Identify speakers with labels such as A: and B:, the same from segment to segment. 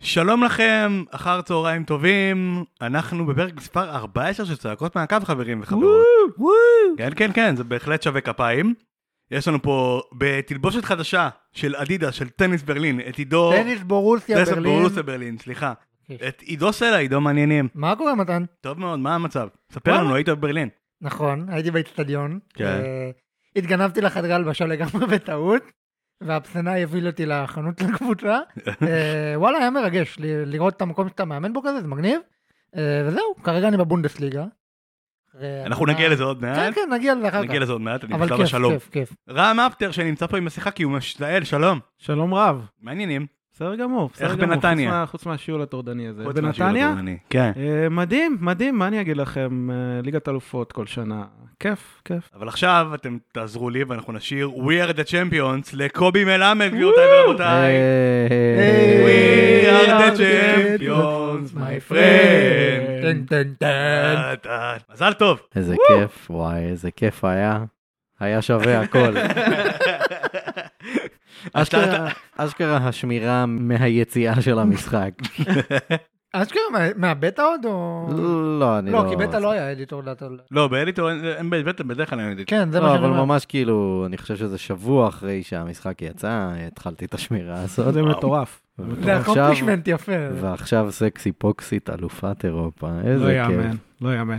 A: שלום לכם, אחר צהריים טובים, אנחנו בפרק מספר 14 של צעקות מהקו חברים וחברות. כן, כן, כן, זה בהחלט שווה כפיים. יש לנו פה בתלבושת חדשה של אדידה, של טניס ברלין, את עידו...
B: טניס בורוסיה
A: טניס
B: ברלין. אוקיי.
A: בורוסיה ברלין, סליחה. את עידו סלע, עידו מעניינים.
B: מה קורה מתן?
A: טוב מאוד, מה המצב? ספר
B: וואלה.
A: לנו, היית בברלין.
B: נכון, הייתי באצטדיון.
A: כן.
B: אה, התגנבתי לחדרי הלבשה לגמרי בטעות, והאפסנאי הביא אותי לחנות לקבוצה. אה, וואלה, היה מרגש ל- לראות את המקום שאתה מאמן בו כזה, זה מגניב. אה, וזהו, כרגע אני בבונדסליגה. אחרי
A: אנחנו
B: עונה-
A: נגיע לזה עוד
B: כן,
A: מעט.
B: כן, נגיע לזה אחר כך.
A: נגיע לזה עוד מעט, אני
B: אבל
A: בשלב
B: כיף,
A: השלום.
B: כיף, כיף.
A: רם אפטר שנמצא פה עם השיחה כי הוא משתעל, שלום.
C: שלום רב,
A: מעניינים.
C: בסדר גמור, בסדר
A: איך
C: גמור,
A: בנתניה?
C: חוץ מה- חוץ מהשיעול הטורדני הזה.
A: חוץ מהשיעור
C: בנתניה?
A: התורני. כן.
C: אה, מדהים, מדהים, מה אני אגיד לכם, אה, ליגת אלופות כל שנה, כיף, כיף.
A: אבל עכשיו אתם תעזרו לי ואנחנו נשיר We are the champions לקובי מלמד, גבירותיי ורבותיי. We
B: We
A: are the champions, my friend.
B: טן טן טן.
A: אה, אה, מזל טוב.
D: איזה כיף, וואי, איזה כיף היה. היה שווה הכל. אשכרה- אשכרה השמירה מהיציאה של המשחק.
B: אשכרה כאילו, מה- מהבטא עוד או...
D: לא, אני לא...
B: לא, כי בטא לא היה אדיטור דאטה.
A: לא, באליטור אין- אין בטח בדרך כלל אין אליטור.
B: כן, זה מה
D: לא,
B: שאני
D: אבל
B: אומר.
D: ממש כאילו, אני חושב שזה שבוע אחרי שהמשחק יצא, התחלתי את השמירה הזאת.
C: זה מטורף.
B: זה
D: ועכשיו-
B: הקומפלישמנט יפה.
D: ועכשיו סקסי פוקסית אלופת אירופה,
C: לא
D: איזה
C: יאמן,
D: כיף.
C: לא יאמן.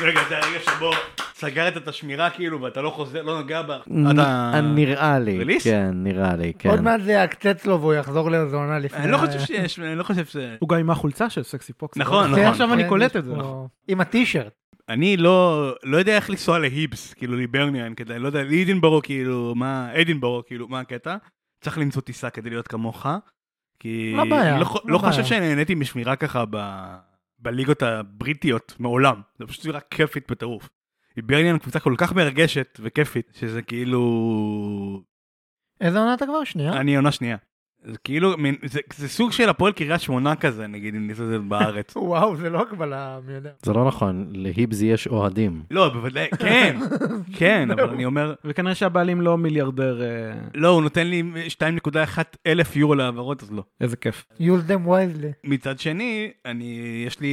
A: רגע, זה הרגע שבו סגרת את השמירה כאילו ואתה לא חוזר, לא נוגע בה.
D: נ- אה,
A: אתה-
D: נראה לי,
A: רליס?
D: כן, נראה לי, כן.
B: עוד מעט זה יעקצץ לו והוא יחזור לאיזה עונה לפני... אה,
A: אני לא חושב שיש, אני לא חושב ש...
C: הוא גם עם החולצה של סקסי פוקס.
A: נכון,
C: זה
A: נכון.
C: עכשיו אני
B: כן,
C: קולט
B: יש
C: את זה.
B: פה- עם הטישרט.
A: אני לא לא יודע איך לנסוע להיבס, כאילו ליברניאן, כדי, לא יודע, לאידינבורו, כאילו, מה, אדינבורו, כאילו, מה הקטע? צריך למצוא טיסה כדי להיות כמוך, כי...
B: לא בעיה,
A: לא, ח-
B: לא
A: לא חושב
B: בעיה.
A: שנהניתי משמירה ככה ב... בליגות הבריטיות, מעולם. זה פשוט נראה כיפית בטירוף. איברניאן קבוצה כל כך מרגשת וכיפית, שזה כאילו...
B: איזה עונה אתה כבר? שנייה.
A: אני עונה שנייה. זה כאילו, מין- זה, זה סוג של הפועל קריית שמונה כזה, נגיד, אם נעשה את זה בארץ.
B: וואו, זה לא הקבלה מי יודע.
D: זה לא נכון, להיבזי יש אוהדים.
A: לא, בוודאי, כן, כן, אבל אני אומר,
C: וכנראה שהבעלים לא מיליארדר, אה,
A: לא, הוא נותן לי 2.1 אלף יורו להעברות, אז לא.
C: איזה כיף.
B: use them wisely.
A: מצד שני, אני, יש לי,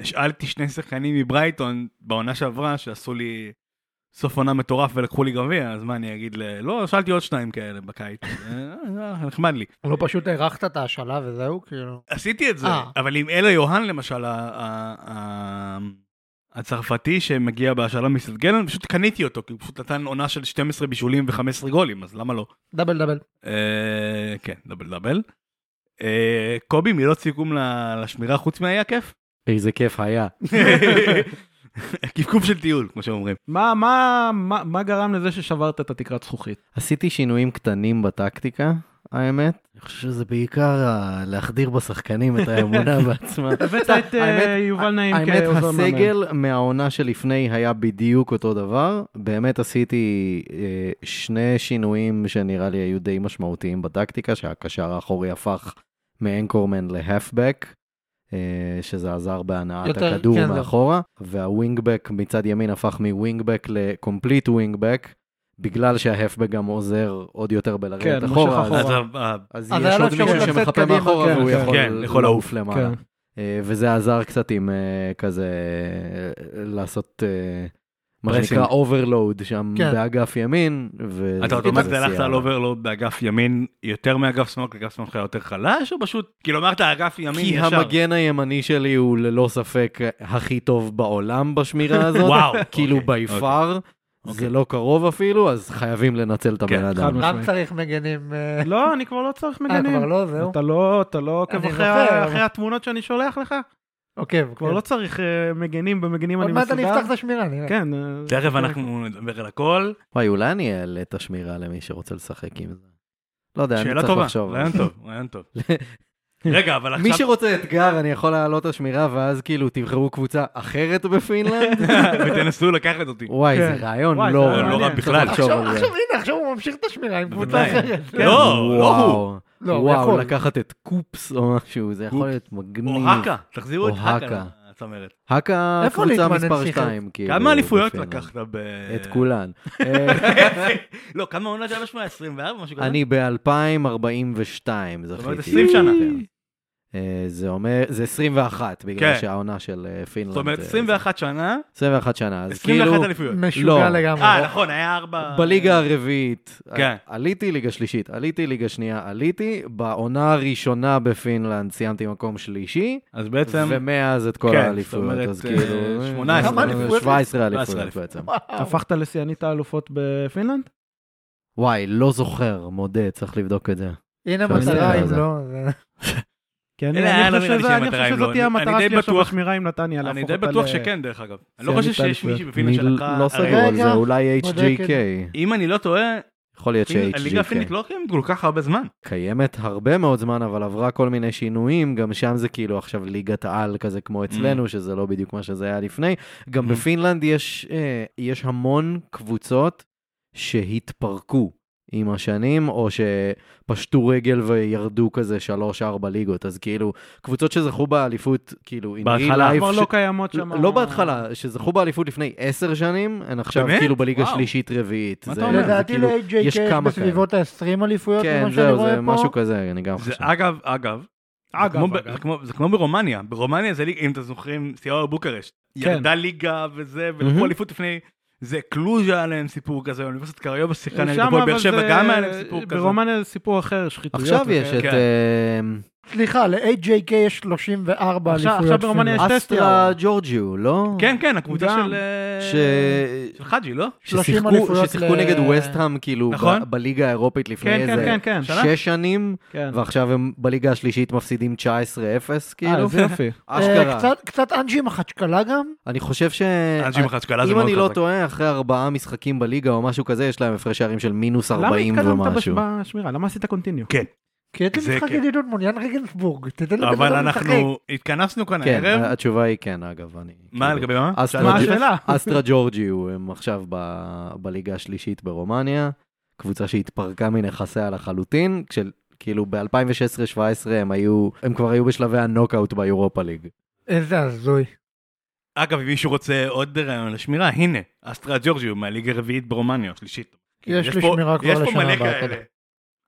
A: השאלתי שני שחקנים מברייטון בעונה שעברה, שעשו לי סוף עונה מטורף ולקחו לי גביע, אז מה אני אגיד ל... לא, שאלתי עוד שניים כאלה בקיץ, אה, אה, נחמד לי.
B: לא פשוט הארכת את ההשאלה וזהו, כאילו.
A: עשיתי את זה,
B: אה.
A: אבל עם אלה יוהן למשל, ה- ה- ה- הצרפתי שמגיע בהשאלה מסטגלן, פשוט קניתי אותו, כי הוא פשוט נתן עונה של 12 בישולים ו-15 גולים, אז למה לא?
B: דאבל דאבל.
A: אה, כן, דאבל דאבל. אה, קובי, מילות סיכום ל- לשמירה חוץ מהיה כיף?
D: איזה כיף היה.
A: קפקוף של טיול, כמו שאומרים.
C: מה- מה- מה מה גרם לזה ששברת את התקרת זכוכית?
D: עשיתי שינויים קטנים בטקטיקה, האמת. אני חושב שזה בעיקר ה- להחדיר בשחקנים את האמונה בעצמם.
C: הבאת
D: סתם,
C: את אה, יובל
B: כן,
C: נעים
D: האמת,
C: כעוזר מאמן.
D: הסגל מהעונה שלפני היה בדיוק אותו דבר. באמת עשיתי אה, שני שינויים שנראה לי היו די משמעותיים בטקטיקה, שהקשר האחורי הפך מאנקורמן להפבק. אה, שזה עזר בהנעת
B: יותר-
D: הכדור
B: כן, זה-
D: מאחורה, והווינגבק מצד ימין הפך מווינגבק לקומפליט ווינגבק, בגלל שההפבק גם עוזר עוד יותר
C: כן,
D: בלרדת
C: מושך
D: אחורה, אז-
C: אחורה.
A: אז ה- ה-
D: אז
B: אז
D: יש
B: היה לו
D: עוד מישהו
B: אפשרות לצאת
D: שמחפה
B: קדימה,
D: מאחורה
C: כן,
D: והוא
C: כן.
A: כן, יכול
D: יכול לעוף למעלה.
C: כן.
D: אה, וזה עזר קצת עם אה, כזה אה, לעשות אה, מה
A: Pressing.
D: שנקרא overload שם
B: כן.
D: באגף ימין. ו-
A: אתה אוטומטית
D: זה
A: הלכת
D: סייע.
A: על אוברלוד באגף ימין יותר מאגף שמאל, כי אגף שמאל שלך יותר חלש, או פשוט, כאילו אמרת אגף ימין
D: כי
A: ישר.
D: המגן הימני שלי הוא ללא ספק הכי טוב בעולם בשמירה הזאת.
A: וואו.
D: כאילו
A: אוקיי,
D: by far,
A: אוקיי.
D: זה לא קרוב אפילו, אז חייבים לנצל את
A: כן,
D: הבן
C: חד
D: אדם.
C: משמעית.
B: רם צריך מגנים. אה,
C: לא, אני כבר לא צריך
B: אה,
C: מגנים.
B: כבר לא, זהו.
C: אתה לא, אתה לא עוקב
B: אני
C: אחרי
B: זוכר.
C: אחרי התמונות שאני שולח לך?
B: עוקב.
C: כבר
B: כן.
C: לא צריך אה, מגנים, במגנים
B: עוד
C: אני
B: מעט
C: מסודר.
B: אני אפתח את השמירה, נראה.
C: כן. אה,
A: תכף
C: זה-
A: אנחנו נדבר על הכל.
D: וואי, אולי אני אעלה את השמירה למי שרוצה לשחק עם זה. לא יודע, אני
A: שאלה
D: צריך
A: טובה,
D: לחשוב.
A: רעיון טוב, רעיון טוב. רגע, אבל
D: מי
A: עכשיו...
D: שרוצה אתגר, אני יכול להעלות את השמירה, ואז כאילו תבחרו קבוצה אחרת בפינלנד?
A: ותנסו לקחת אותי.
D: וואי,
C: כן.
D: זה רעיון
C: וואי,
D: לא
C: זה
A: רע. לא
D: רע.
A: רע
C: מעניין.
A: בכלל.
D: צריך לחשוב
B: עכשיו,
D: על זה.
B: עכשיו, הנה, עכשיו הוא ממשיך את השמירה עם קבוצה
A: בוודאי.
B: אחרת.
A: לא, לא הוא.
D: וואו.
B: לא, הוא
D: וואו,
B: יכול.
D: לקחת את קופס או משהו, זה יכול להיות מגניב.
A: או האקה, תחזירו את
D: או
A: האקה.
D: האקה.
A: את אומרת.
D: האקה
B: איפה
D: קבוצה
B: ליטמן
D: מספר
B: המשיך?
D: 2.
A: כמה אליפויות לקחת ב...
D: כאילו, את כולן. אה,
A: לא, כמה עונות היה בשמונה? 24? משהו כזה?
D: אני ב-2042
A: זאת אומרת,
D: זכיתי.
A: 20
D: כן.
A: שנה.
D: אה, זה אומר, זה 21, בגלל
A: כן.
D: שהעונה של אה, פינלנד.
A: זאת אומרת,
D: אה,
A: 21 שנה,
D: 21 שנה, אז
A: 21
D: כאילו,
A: אליפויות.
B: משוגע
D: לא.
B: לגמרי.
A: אה, נכון, היה ארבע...
D: בליגה הרביעית,
A: כן.
D: ע- עליתי ליגה שלישית, עליתי ליגה שנייה, עליתי, בעונה הראשונה בפינלנד סיימתי מקום שלישי,
A: אז בעצם...
D: ומאז את כל
A: כן,
D: האליפויות,
A: זאת אומרת,
D: אז
A: אה,
D: כאילו...
A: 18
B: כמה אליפויות?
D: 17
A: 17
D: אליפויות
A: אליפויות.
D: בעצם.
B: וואו.
C: הפכת לשיאנית האלופות בפינלנד?
D: וואי, לא זוכר, מודה, צריך לבדוק את זה.
B: הנה
D: אפשר
B: מטרה,
D: להסתכל על
B: אם
D: זה.
B: לא... זה-
C: כן,
A: אין, היה
C: אני
A: לא
C: חושב
A: נראה לי
C: שזה- אני
A: שהמטרה
C: חושב
A: אם לא.
C: שזאת תהיה
A: אני-
C: המטרה
A: אני די
C: שלי עכשיו
A: בטוח-
C: בשמירה עם נתניה,
A: אני
C: להפוך
A: די
C: אותה
A: בטוח
C: ל-
A: שכן, דרך אגב. אני לא
C: שיאנית
A: חושב שיש
C: האליפויות.
A: מישהי בפינלנד
D: אני
A: שלקחה...
D: לא
A: הרי
D: סגור על זה,
B: רגע,
D: אולי
B: בודקת.
D: HGK.
A: אם אני לא טועה,
D: יכול להיות
A: הליגה
D: ש-HGK.
A: הפינית לא קיימת כל כך הרבה זמן.
D: לא קיימת הרבה מאוד זמן, אבל עברה כל מיני שינויים, גם שם זה כאילו עכשיו ליגת העל כזה כמו אצלנו, שזה לא בדיוק מה שזה היה לפני. גם
A: Mm.
D: בפינלנד יש, אה, יש המון קבוצות שהתפרקו עם השנים, או שפשטו רגל וירדו כזה 3-4 ליגות, אז כאילו, קבוצות שזכו באליפות, כאילו, in real
A: בהתחלה.
D: life,
C: כבר
D: ש-
C: לא קיימות שם.
D: לא בהתחלה, שזכו באליפות לפני 10 שנים, הן עכשיו
A: באמת?
D: כאילו בליגה
A: וואו.
D: שלישית-רביעית.
A: מה
D: זה-
A: אתה אומר?
D: זה
B: לדעתי
D: כאילו-
B: ל-HJK
D: יש
B: יש
D: כמה
B: בסביבות ה-20 אליפויות,
D: כן,
B: ממה שאני
D: זהו, זה
B: רואה
D: משהו
B: פה.
D: כזה, אני גם
A: זה
D: חושב.
A: אגב, אגב, זה
C: אגב,
A: כמו ב-
C: אגב.
A: זה כמו- זה כמו ברומניה, ברומניה זה ליגה, אם אתם זוכרים, סיאור בוקרשט,
C: כן.
A: ירדה ליגה וזה,
D: מהמם.
A: ולקחו אליפות לפני, זה קלוז' היה להם סיפור כזה, אוניברסיטת קריובה שיחקה נגד
C: שם,
A: הפועל באר
C: אבל
A: שבע,
C: זה-
A: גם היה להם סיפור כזה.
C: ברומניה זה סיפור אחר, שחיתויות.
D: עכשיו יש
C: וכאלה.
D: את
A: כן.
D: אה,
B: סליחה, ל-HJK יש 34
C: עכשיו-
B: אליפויות.
C: עכשיו ברומניה יש-
D: אסטרה
C: טסטאו.
D: ג'ורג'יו, לא?
A: כן, כן, הקבוצה
C: גם.
A: של... אה,
D: ש...
A: של חאג'י, לא?
B: שלושים
D: ששיחקו-
B: אליפויות
D: ששיחקו
B: ל-
D: נגד וסטהאם, כאילו, ב-
A: נכון.
D: בליגה האירופית לפני
C: כן, כן,
D: איזה
C: כן, כן.
A: שנה?
D: שש שנים,
C: כן.
D: ועכשיו הם בליגה השלישית מפסידים 19-0,
C: אה,
D: כאילו.
C: זה יופי.
B: אה,
D: אשכרה.
B: קצת- קצת אנג'י מחצ'קלה גם.
D: אני חושב ש...
A: אנשים מחצ'קלה זה
D: אה, אם
A: מאוד
D: אני לא
A: חזק.
D: טועה, אחרי ארבעה משחקים בליגה או משהו כזה, יש להם הפרש שערים של מינוס
C: למה
D: 40
C: התקדמת בש-
D: ומשהו.
C: בשמירה? למה עשית קונטיניו?
A: כן.
B: כי הייתי
A: זה
B: משחק
A: כן.
B: ידידות מול יאן רגנסבורג. תתן לבן
A: אבל
B: אדם לשחק.
A: אנחנו התכנסנו כאן
D: כן,
A: הערב,
D: התשובה היא כן, אגב. אני-
A: מה
D: כאילו-
A: לגבי מה?
D: אסטרה
A: שאלת?
C: מה השאלה?
D: אסטרה ג'ורג'יו הם עכשיו ב- בליגה השלישית ברומניה, קבוצה שהתפרקה מנכסיה לחלוטין, כאילו כשכאילו ב-2016-2017 הם היו, הם כבר היו בשלבי הנוקאוט ביורופה ליג.
B: איזה הזוי.
A: אגב, אם מישהו רוצה עוד רעיון לשמירה, הנה, אסטרה ג'ורג'יו מהליגה הרביעית ברומניה, או שלישית.
B: יש לי
A: פה-
B: שמירה כבר
A: יש פה
B: לשנה
A: מלא
B: הבאה, כן.
A: כאלה.
B: תודה.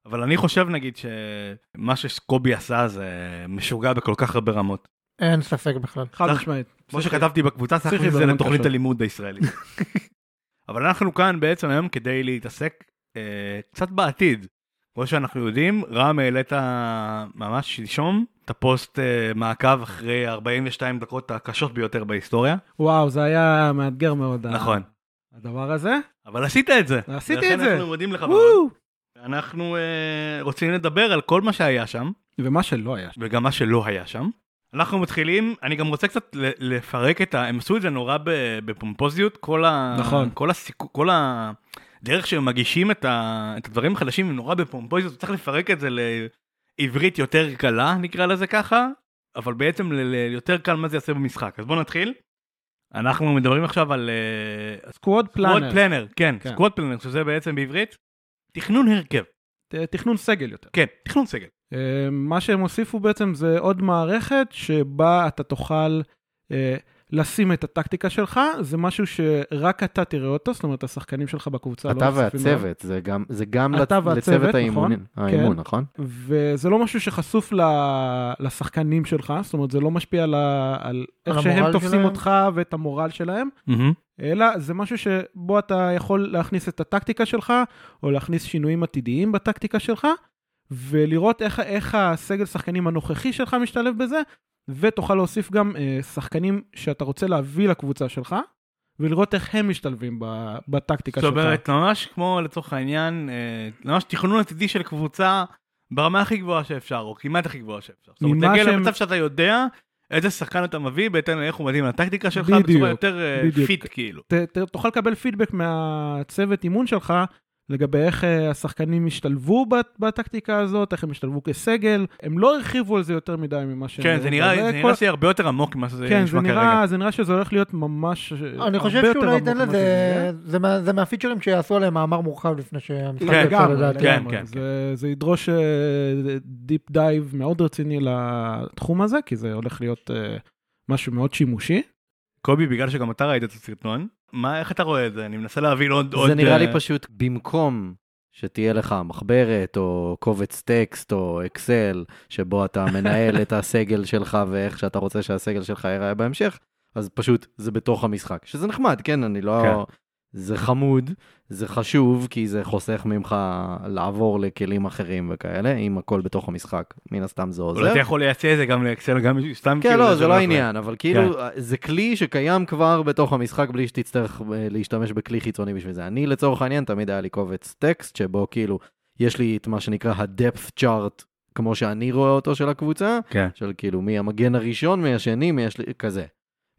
A: אבל אני חושב, נגיד, שמה שקובי עשה זה משוגע בכל כך הרבה רמות.
B: אין ספק בכלל.
C: חד משמעית.
A: כמו שכתבתי בקבוצה, צריך
C: צריך
A: להכניס את זה
C: לבלם
A: לתוכנית
C: קשות.
A: הלימוד הישראלית. אבל אנחנו כאן בעצם היום כדי להתעסק אה, קצת בעתיד. כמו שאנחנו יודעים, רם העלית ממש שלשום את הפוסט אה, מעקב אחרי 42 דקות הקשות ביותר בהיסטוריה.
C: וואו, זה היה מאתגר מאוד. ה-
A: נכון.
C: הדבר הזה.
A: אבל עשית את זה.
C: אה. עשיתי
A: ולכן
C: את זה.
A: אנחנו מודים לך מאוד.
C: וואו.
A: אנחנו אה, רוצים לדבר על כל מה שהיה שם,
C: ומה שלא היה.
A: וגם מה שלא היה שם. אנחנו מתחילים, אני גם רוצה קצת ל- לפרק את ה... הם עשו את זה נורא ב- בפומפוזיות, כל ה...
C: נכון.
A: כל הסיכו... כל ה... דרך שהם מגישים את, ה... את הדברים החדשים הם נורא בפומפוזיות, צריך לפרק את זה לעברית יותר קלה, נקרא לזה ככה, אבל בעצם ל... ל... יותר קל מה זה יעשה במשחק. אז בואו נתחיל. אנחנו מדברים עכשיו על אה,
C: סקווד
A: סקוואד
C: פלאנר.
A: פלנר, כן,
C: כן.
A: סקוואד פלנר, שזה בעצם בעברית תכנון הרכב,
C: ת- תכנון סגל יותר.
A: כן, תכנון סגל.
C: אה, מה שהם הוסיפו בעצם זה עוד מערכת שבה אתה תוכל אה, לשים את הטקטיקה שלך, זה משהו שרק אתה תראה אותו, זאת אומרת השחקנים שלך בקבוצה לא
D: אתה
C: נחשפים אליו.
D: והצוות, זה גם- זה גם לצ-
C: אתה
D: לצוות
C: והצוות, נכון?
D: האימון, האימון,
C: כן.
D: נכון?
C: וזה לא משהו שחשוף ל... לשחקנים שלך, זאת אומרת זה לא משפיע על, ה... על איך
B: המורל
C: שהם תופסים
B: שלהם?
C: אותך ואת המורל שלהם, אלא זה משהו שבו אתה יכול להכניס את הטקטיקה שלך, או להכניס שינויים עתידיים בטקטיקה שלך, ולראות איך, איך הסגל שחקנים הנוכחי שלך משתלב בזה, ותוכל להוסיף גם אה, שחקנים שאתה רוצה להביא לקבוצה שלך, ולראות איך הם משתלבים ב, בטקטיקה
A: זאת
C: שלך.
A: אומרת, ממש כמו לצורך העניין, אה, ממש תכנון עתידי של קבוצה ברמה הכי גבוהה שאפשר, או כמעט הכי גבוהה שאפשר. זאת אומרת,
C: ממה
A: תגיע
C: שהם-
A: למצב שאתה יודע איזה שחקן אתה מביא, בהתאם לאיך הוא מתאים לטקטיקה שלך,
C: בדיוק,
A: בצורה יותר אה,
C: בדיוק.
A: פיט כאילו.
C: ת, ת, תוכל לקבל פידבק מהצוות אימון שלך לגבי איך אה, השחקנים השתלבו בת- בטקטיקה הזאת, איך הם השתלבו כסגל. הם לא הרחיבו על זה יותר מדי ממה שהם...
A: כן, זה נראה זה נראה
C: כל-
A: שיהיה הרבה יותר עמוק ממה שזה
C: כן, זה
A: נשמע כרגע.
C: נראה, זה נראה שזה הולך להיות ממש אה, הרבה יותר עמוק.
B: אני חושב שאולי
C: ממה
B: ייתן לזה,
C: שזה.
B: זה מה- זה מהפיצ'רים שיעשו עליהם מאמר מורחב לפני שהמשחק
A: כן,
B: יצא
C: לגמרי,
B: לדעתי.
A: כן,
C: לגמרי.
A: כן,
C: זה- זה ידרוש דיפ דייב מאוד רציני לתחום הזה, כי זה הולך להיות אה, משהו מאוד שימושי.
A: קובי, בגלל שגם אתה ראית את הסרטון, מה, איך אתה רואה את זה? אני מנסה להבין עוד... עוד,
D: זה נראה
A: אה,
D: לי פשוט, במקום שתהיה לך מחברת או קובץ טקסט או אקסל, שבו אתה מנהל את הסגל שלך ואיך שאתה רוצה שהסגל שלך ייראה בהמשך, אז פשוט זה בתוך המשחק, שזה נחמד, כן? אני לא...
A: כן.
D: זה חמוד, זה חשוב, כי זה חוסך ממך לעבור לכלים אחרים וכאלה, אם הכל בתוך המשחק. מן הסתם זה עוזר.
A: אולי אתה יכול לייצא את זה גם לאקסל, גם סתם
D: כן,
A: כאילו,
D: לא, זה לא
A: אחלה.
D: העניין, אבל כאילו, זה כלי שקיים כבר בתוך המשחק בלי שתצטרך אה, להשתמש בכלי חיצוני בשביל זה. אני, לצורך העניין, תמיד היה לי קובץ טקסט, שבו כאילו, יש לי את מה שנקרא ה-depth chart, כמו שאני רואה אותו של הקבוצה,
A: כן.
D: של כאילו, מי המגן הראשון, מי השני, מי השלישי, כזה.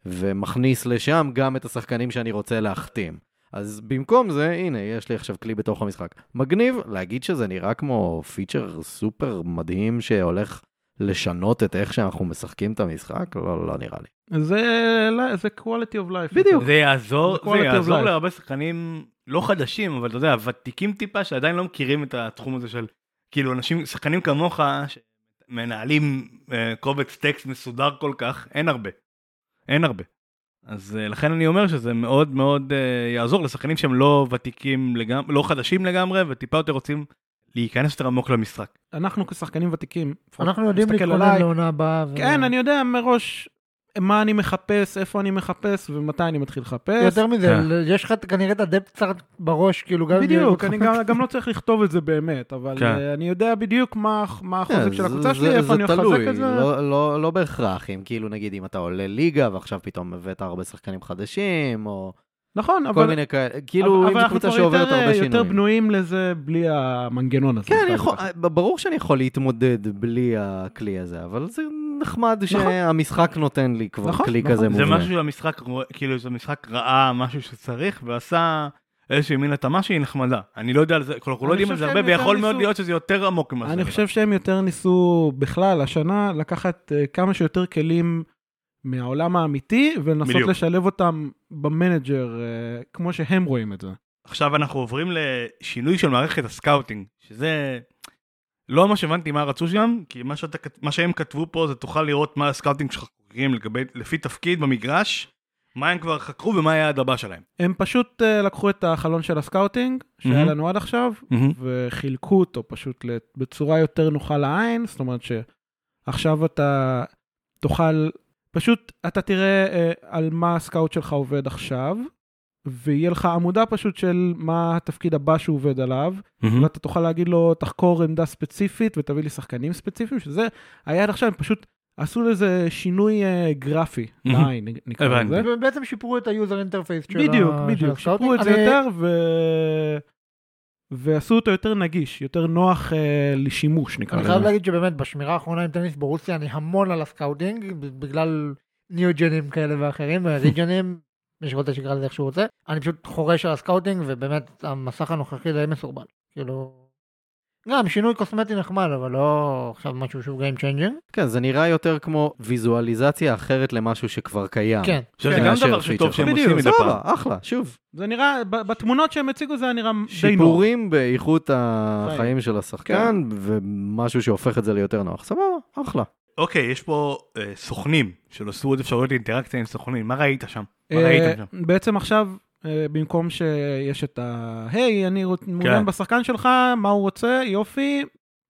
D: ומכניס לשם גם את השחקנים שאני רוצה להחתים. אז במקום זה, הנה, יש לי עכשיו כלי בתוך המשחק. מגניב להגיד שזה נראה כמו פיצ'ר סופר מדהים שהולך לשנות את איך שאנחנו משחקים את המשחק? לא, לא נראה לי.
C: זה, לא, זה quality of life.
D: בדיוק.
A: זה יעזור,
C: זה
A: זה
C: quality of
A: יעזור
C: life.
A: להרבה שחקנים לא חדשים, אבל אתה יודע, ותיקים טיפה שעדיין לא מכירים את התחום הזה של, כאילו, אנשים, שחקנים כמוך, שמנהלים אה, קובץ טקסט מסודר כל כך, אין הרבה. אין הרבה. אז אה, לכן אני אומר שזה מאוד מאוד אה, יעזור לשחקנים שהם לא ותיקים לגמרי, לא חדשים לגמרי, וטיפה יותר רוצים להיכנס יותר עמוק למשחק.
C: אנחנו כשחקנים ותיקים, לפחות
B: אנחנו יודעים
C: תסתכל
B: להתכונן
C: עליי.
B: לעונה הבאה. ו-
C: כן, אני יודע מראש מה אני מחפש, איפה אני מחפש ומתי אני מתחיל לחפש.
B: יותר מזה,
A: כן.
B: ל- יש לך כנראה את הדפצר בראש, כאילו גם...
C: בדיוק, אני גם, גם לא צריך לכתוב את זה באמת, אבל
A: כן.
C: אה, אני יודע בדיוק מה, מה החוזק
D: כן,
C: של
D: זה-
C: הקבוצה
D: זה-
C: שלי, איפה אני
D: זה תלוי,
C: אחזק את זה.
D: לא, לא, לא בהכרח, אם כאילו נגיד אם אתה עולה ליגה ועכשיו פתאום הבאת הרבה שחקנים חדשים, או
C: נכון,
D: כל
C: אבל,
D: מיני כאלה, כאילו
C: אבל
D: אם זו
C: אנחנו
D: קבוצה
C: כבר
D: שעוברת
C: יותר,
D: הרבה
C: יותר
D: שינויים.
C: בנויים לזה בלי המנגנון הזה.
D: כן,
C: נקרא
D: אני
C: לזה
D: יכול,
C: ככה.
D: ברור שאני יכול להתמודד בלי הכלי הזה, אבל זה נחמד שהמשחק נותן לי כבר
C: נכון,
D: כלי
C: נכון.
D: כזה
A: זה
D: מובנה.
A: משהו שהמשחק, רואה- כאילו זה משחק ראה משהו שצריך ועשה איזושהי מין התאמה שהיא נחמדה. אני לא יודע על זה, אנחנו
C: אני
A: לא יודעים
C: חושב
A: על זה
C: שהם
A: הרבה
C: יותר
A: ויכול מאוד
C: ניסו-
A: להיות שזה יותר עמוק ממה
C: אני
A: שזה.
C: חושב שהם יותר ניסו בכלל השנה לקחת אה, כמה שיותר כלים מהעולם האמיתי ולנסות
A: בדיוק.
C: לשלב אותם במנג'ר אה, כמו שהם רואים את זה.
A: עכשיו אנחנו עוברים לשינוי של מערכת הסקאוטינג, שזה לא ממש הבנתי מה רצו שם, כי מה, שאתה, כת- מה שהם כתבו פה זה תוכל לראות מה הסקאוטינג שלך קוראים לגבי, לפי תפקיד במגרש, מה הם כבר חקרו ומה היעד הבא שלהם.
C: הם פשוט אה, לקחו את החלון של הסקאוטינג שהיה
A: מהמם.
C: לנו עד עכשיו וחילקו אותו פשוט לת- בצורה יותר נוחה לעין, זאת אומרת שעכשיו אתה תוכל, פשוט אתה תראה אה, על מה הסקאוט שלך עובד עכשיו, ויהיה לך עמודה פשוט של מה התפקיד הבא שהוא עובד עליו,
A: Mm-hmm.
C: ואתה תוכל להגיד לו, תחקור עמדה ספציפית ותביא לי שחקנים ספציפיים, שזה היה עד עכשיו, הם פשוט עשו לזה שינוי אה, גרפי
A: מהמם.
C: לעין, נ- נקרא
A: הבנתי.
C: לזה.
B: בעצם שיפרו את היוזר אינטרפייס של ה-
C: לא- בדיוק,
B: של
C: בדיוק,
B: הסקאוטינג. אה,
C: שיפרו את זה
B: אני-
C: יותר ו... ועשו אותו יותר נגיש, יותר נוח אה, לשימוש נקרא
B: אני חייב
C: לזה.
B: להגיד שבאמת בשמירה האחרונה עם טניס ברוסיה אני המון על הסקאוטינג ב- בגלל ניוג'נים כאלה ואחרים וריג'נים, מי שרוצה שיקרא לזה איך שהוא רוצה. אני פשוט חורש על הסקאוטינג ובאמת המסך הנוכחי די מסורבל. כאילו... גם שינוי קוסמטי נחמד אבל לא עכשיו משהו שהוא Game Changer.
D: כן, זה נראה יותר כמו ויזואליזציה אחרת למשהו שכבר קיים.
B: כן.
A: עכשיו זה
D: כן,
A: גם
D: מאשר
A: דבר שטוב
D: פיצ'ר.
A: שהם
C: בדיוק,
A: עושים מדי
D: סבבה,
A: פעם.
D: אחלה, שוב.
C: זה נראה, ב- בתמונות שהם הציגו זה היה נראה די נוח.
D: שיפורים באיכות החיים של השחקן, ומשהו שהופך את זה ליותר נוח. סבבה, אחלה.
A: אוקיי, יש פה אה, סוכנים שנוספו עוד אפשרויות לאינטראקציה עם סוכנים, מה ראית שם? מה
C: אה,
A: ראיתם שם?
C: בעצם עכשיו, אה, במקום שיש את ה... היי, אני רוצ- מעוניין
A: כן.
C: בשחקן שלך, מה הוא רוצה, יופי,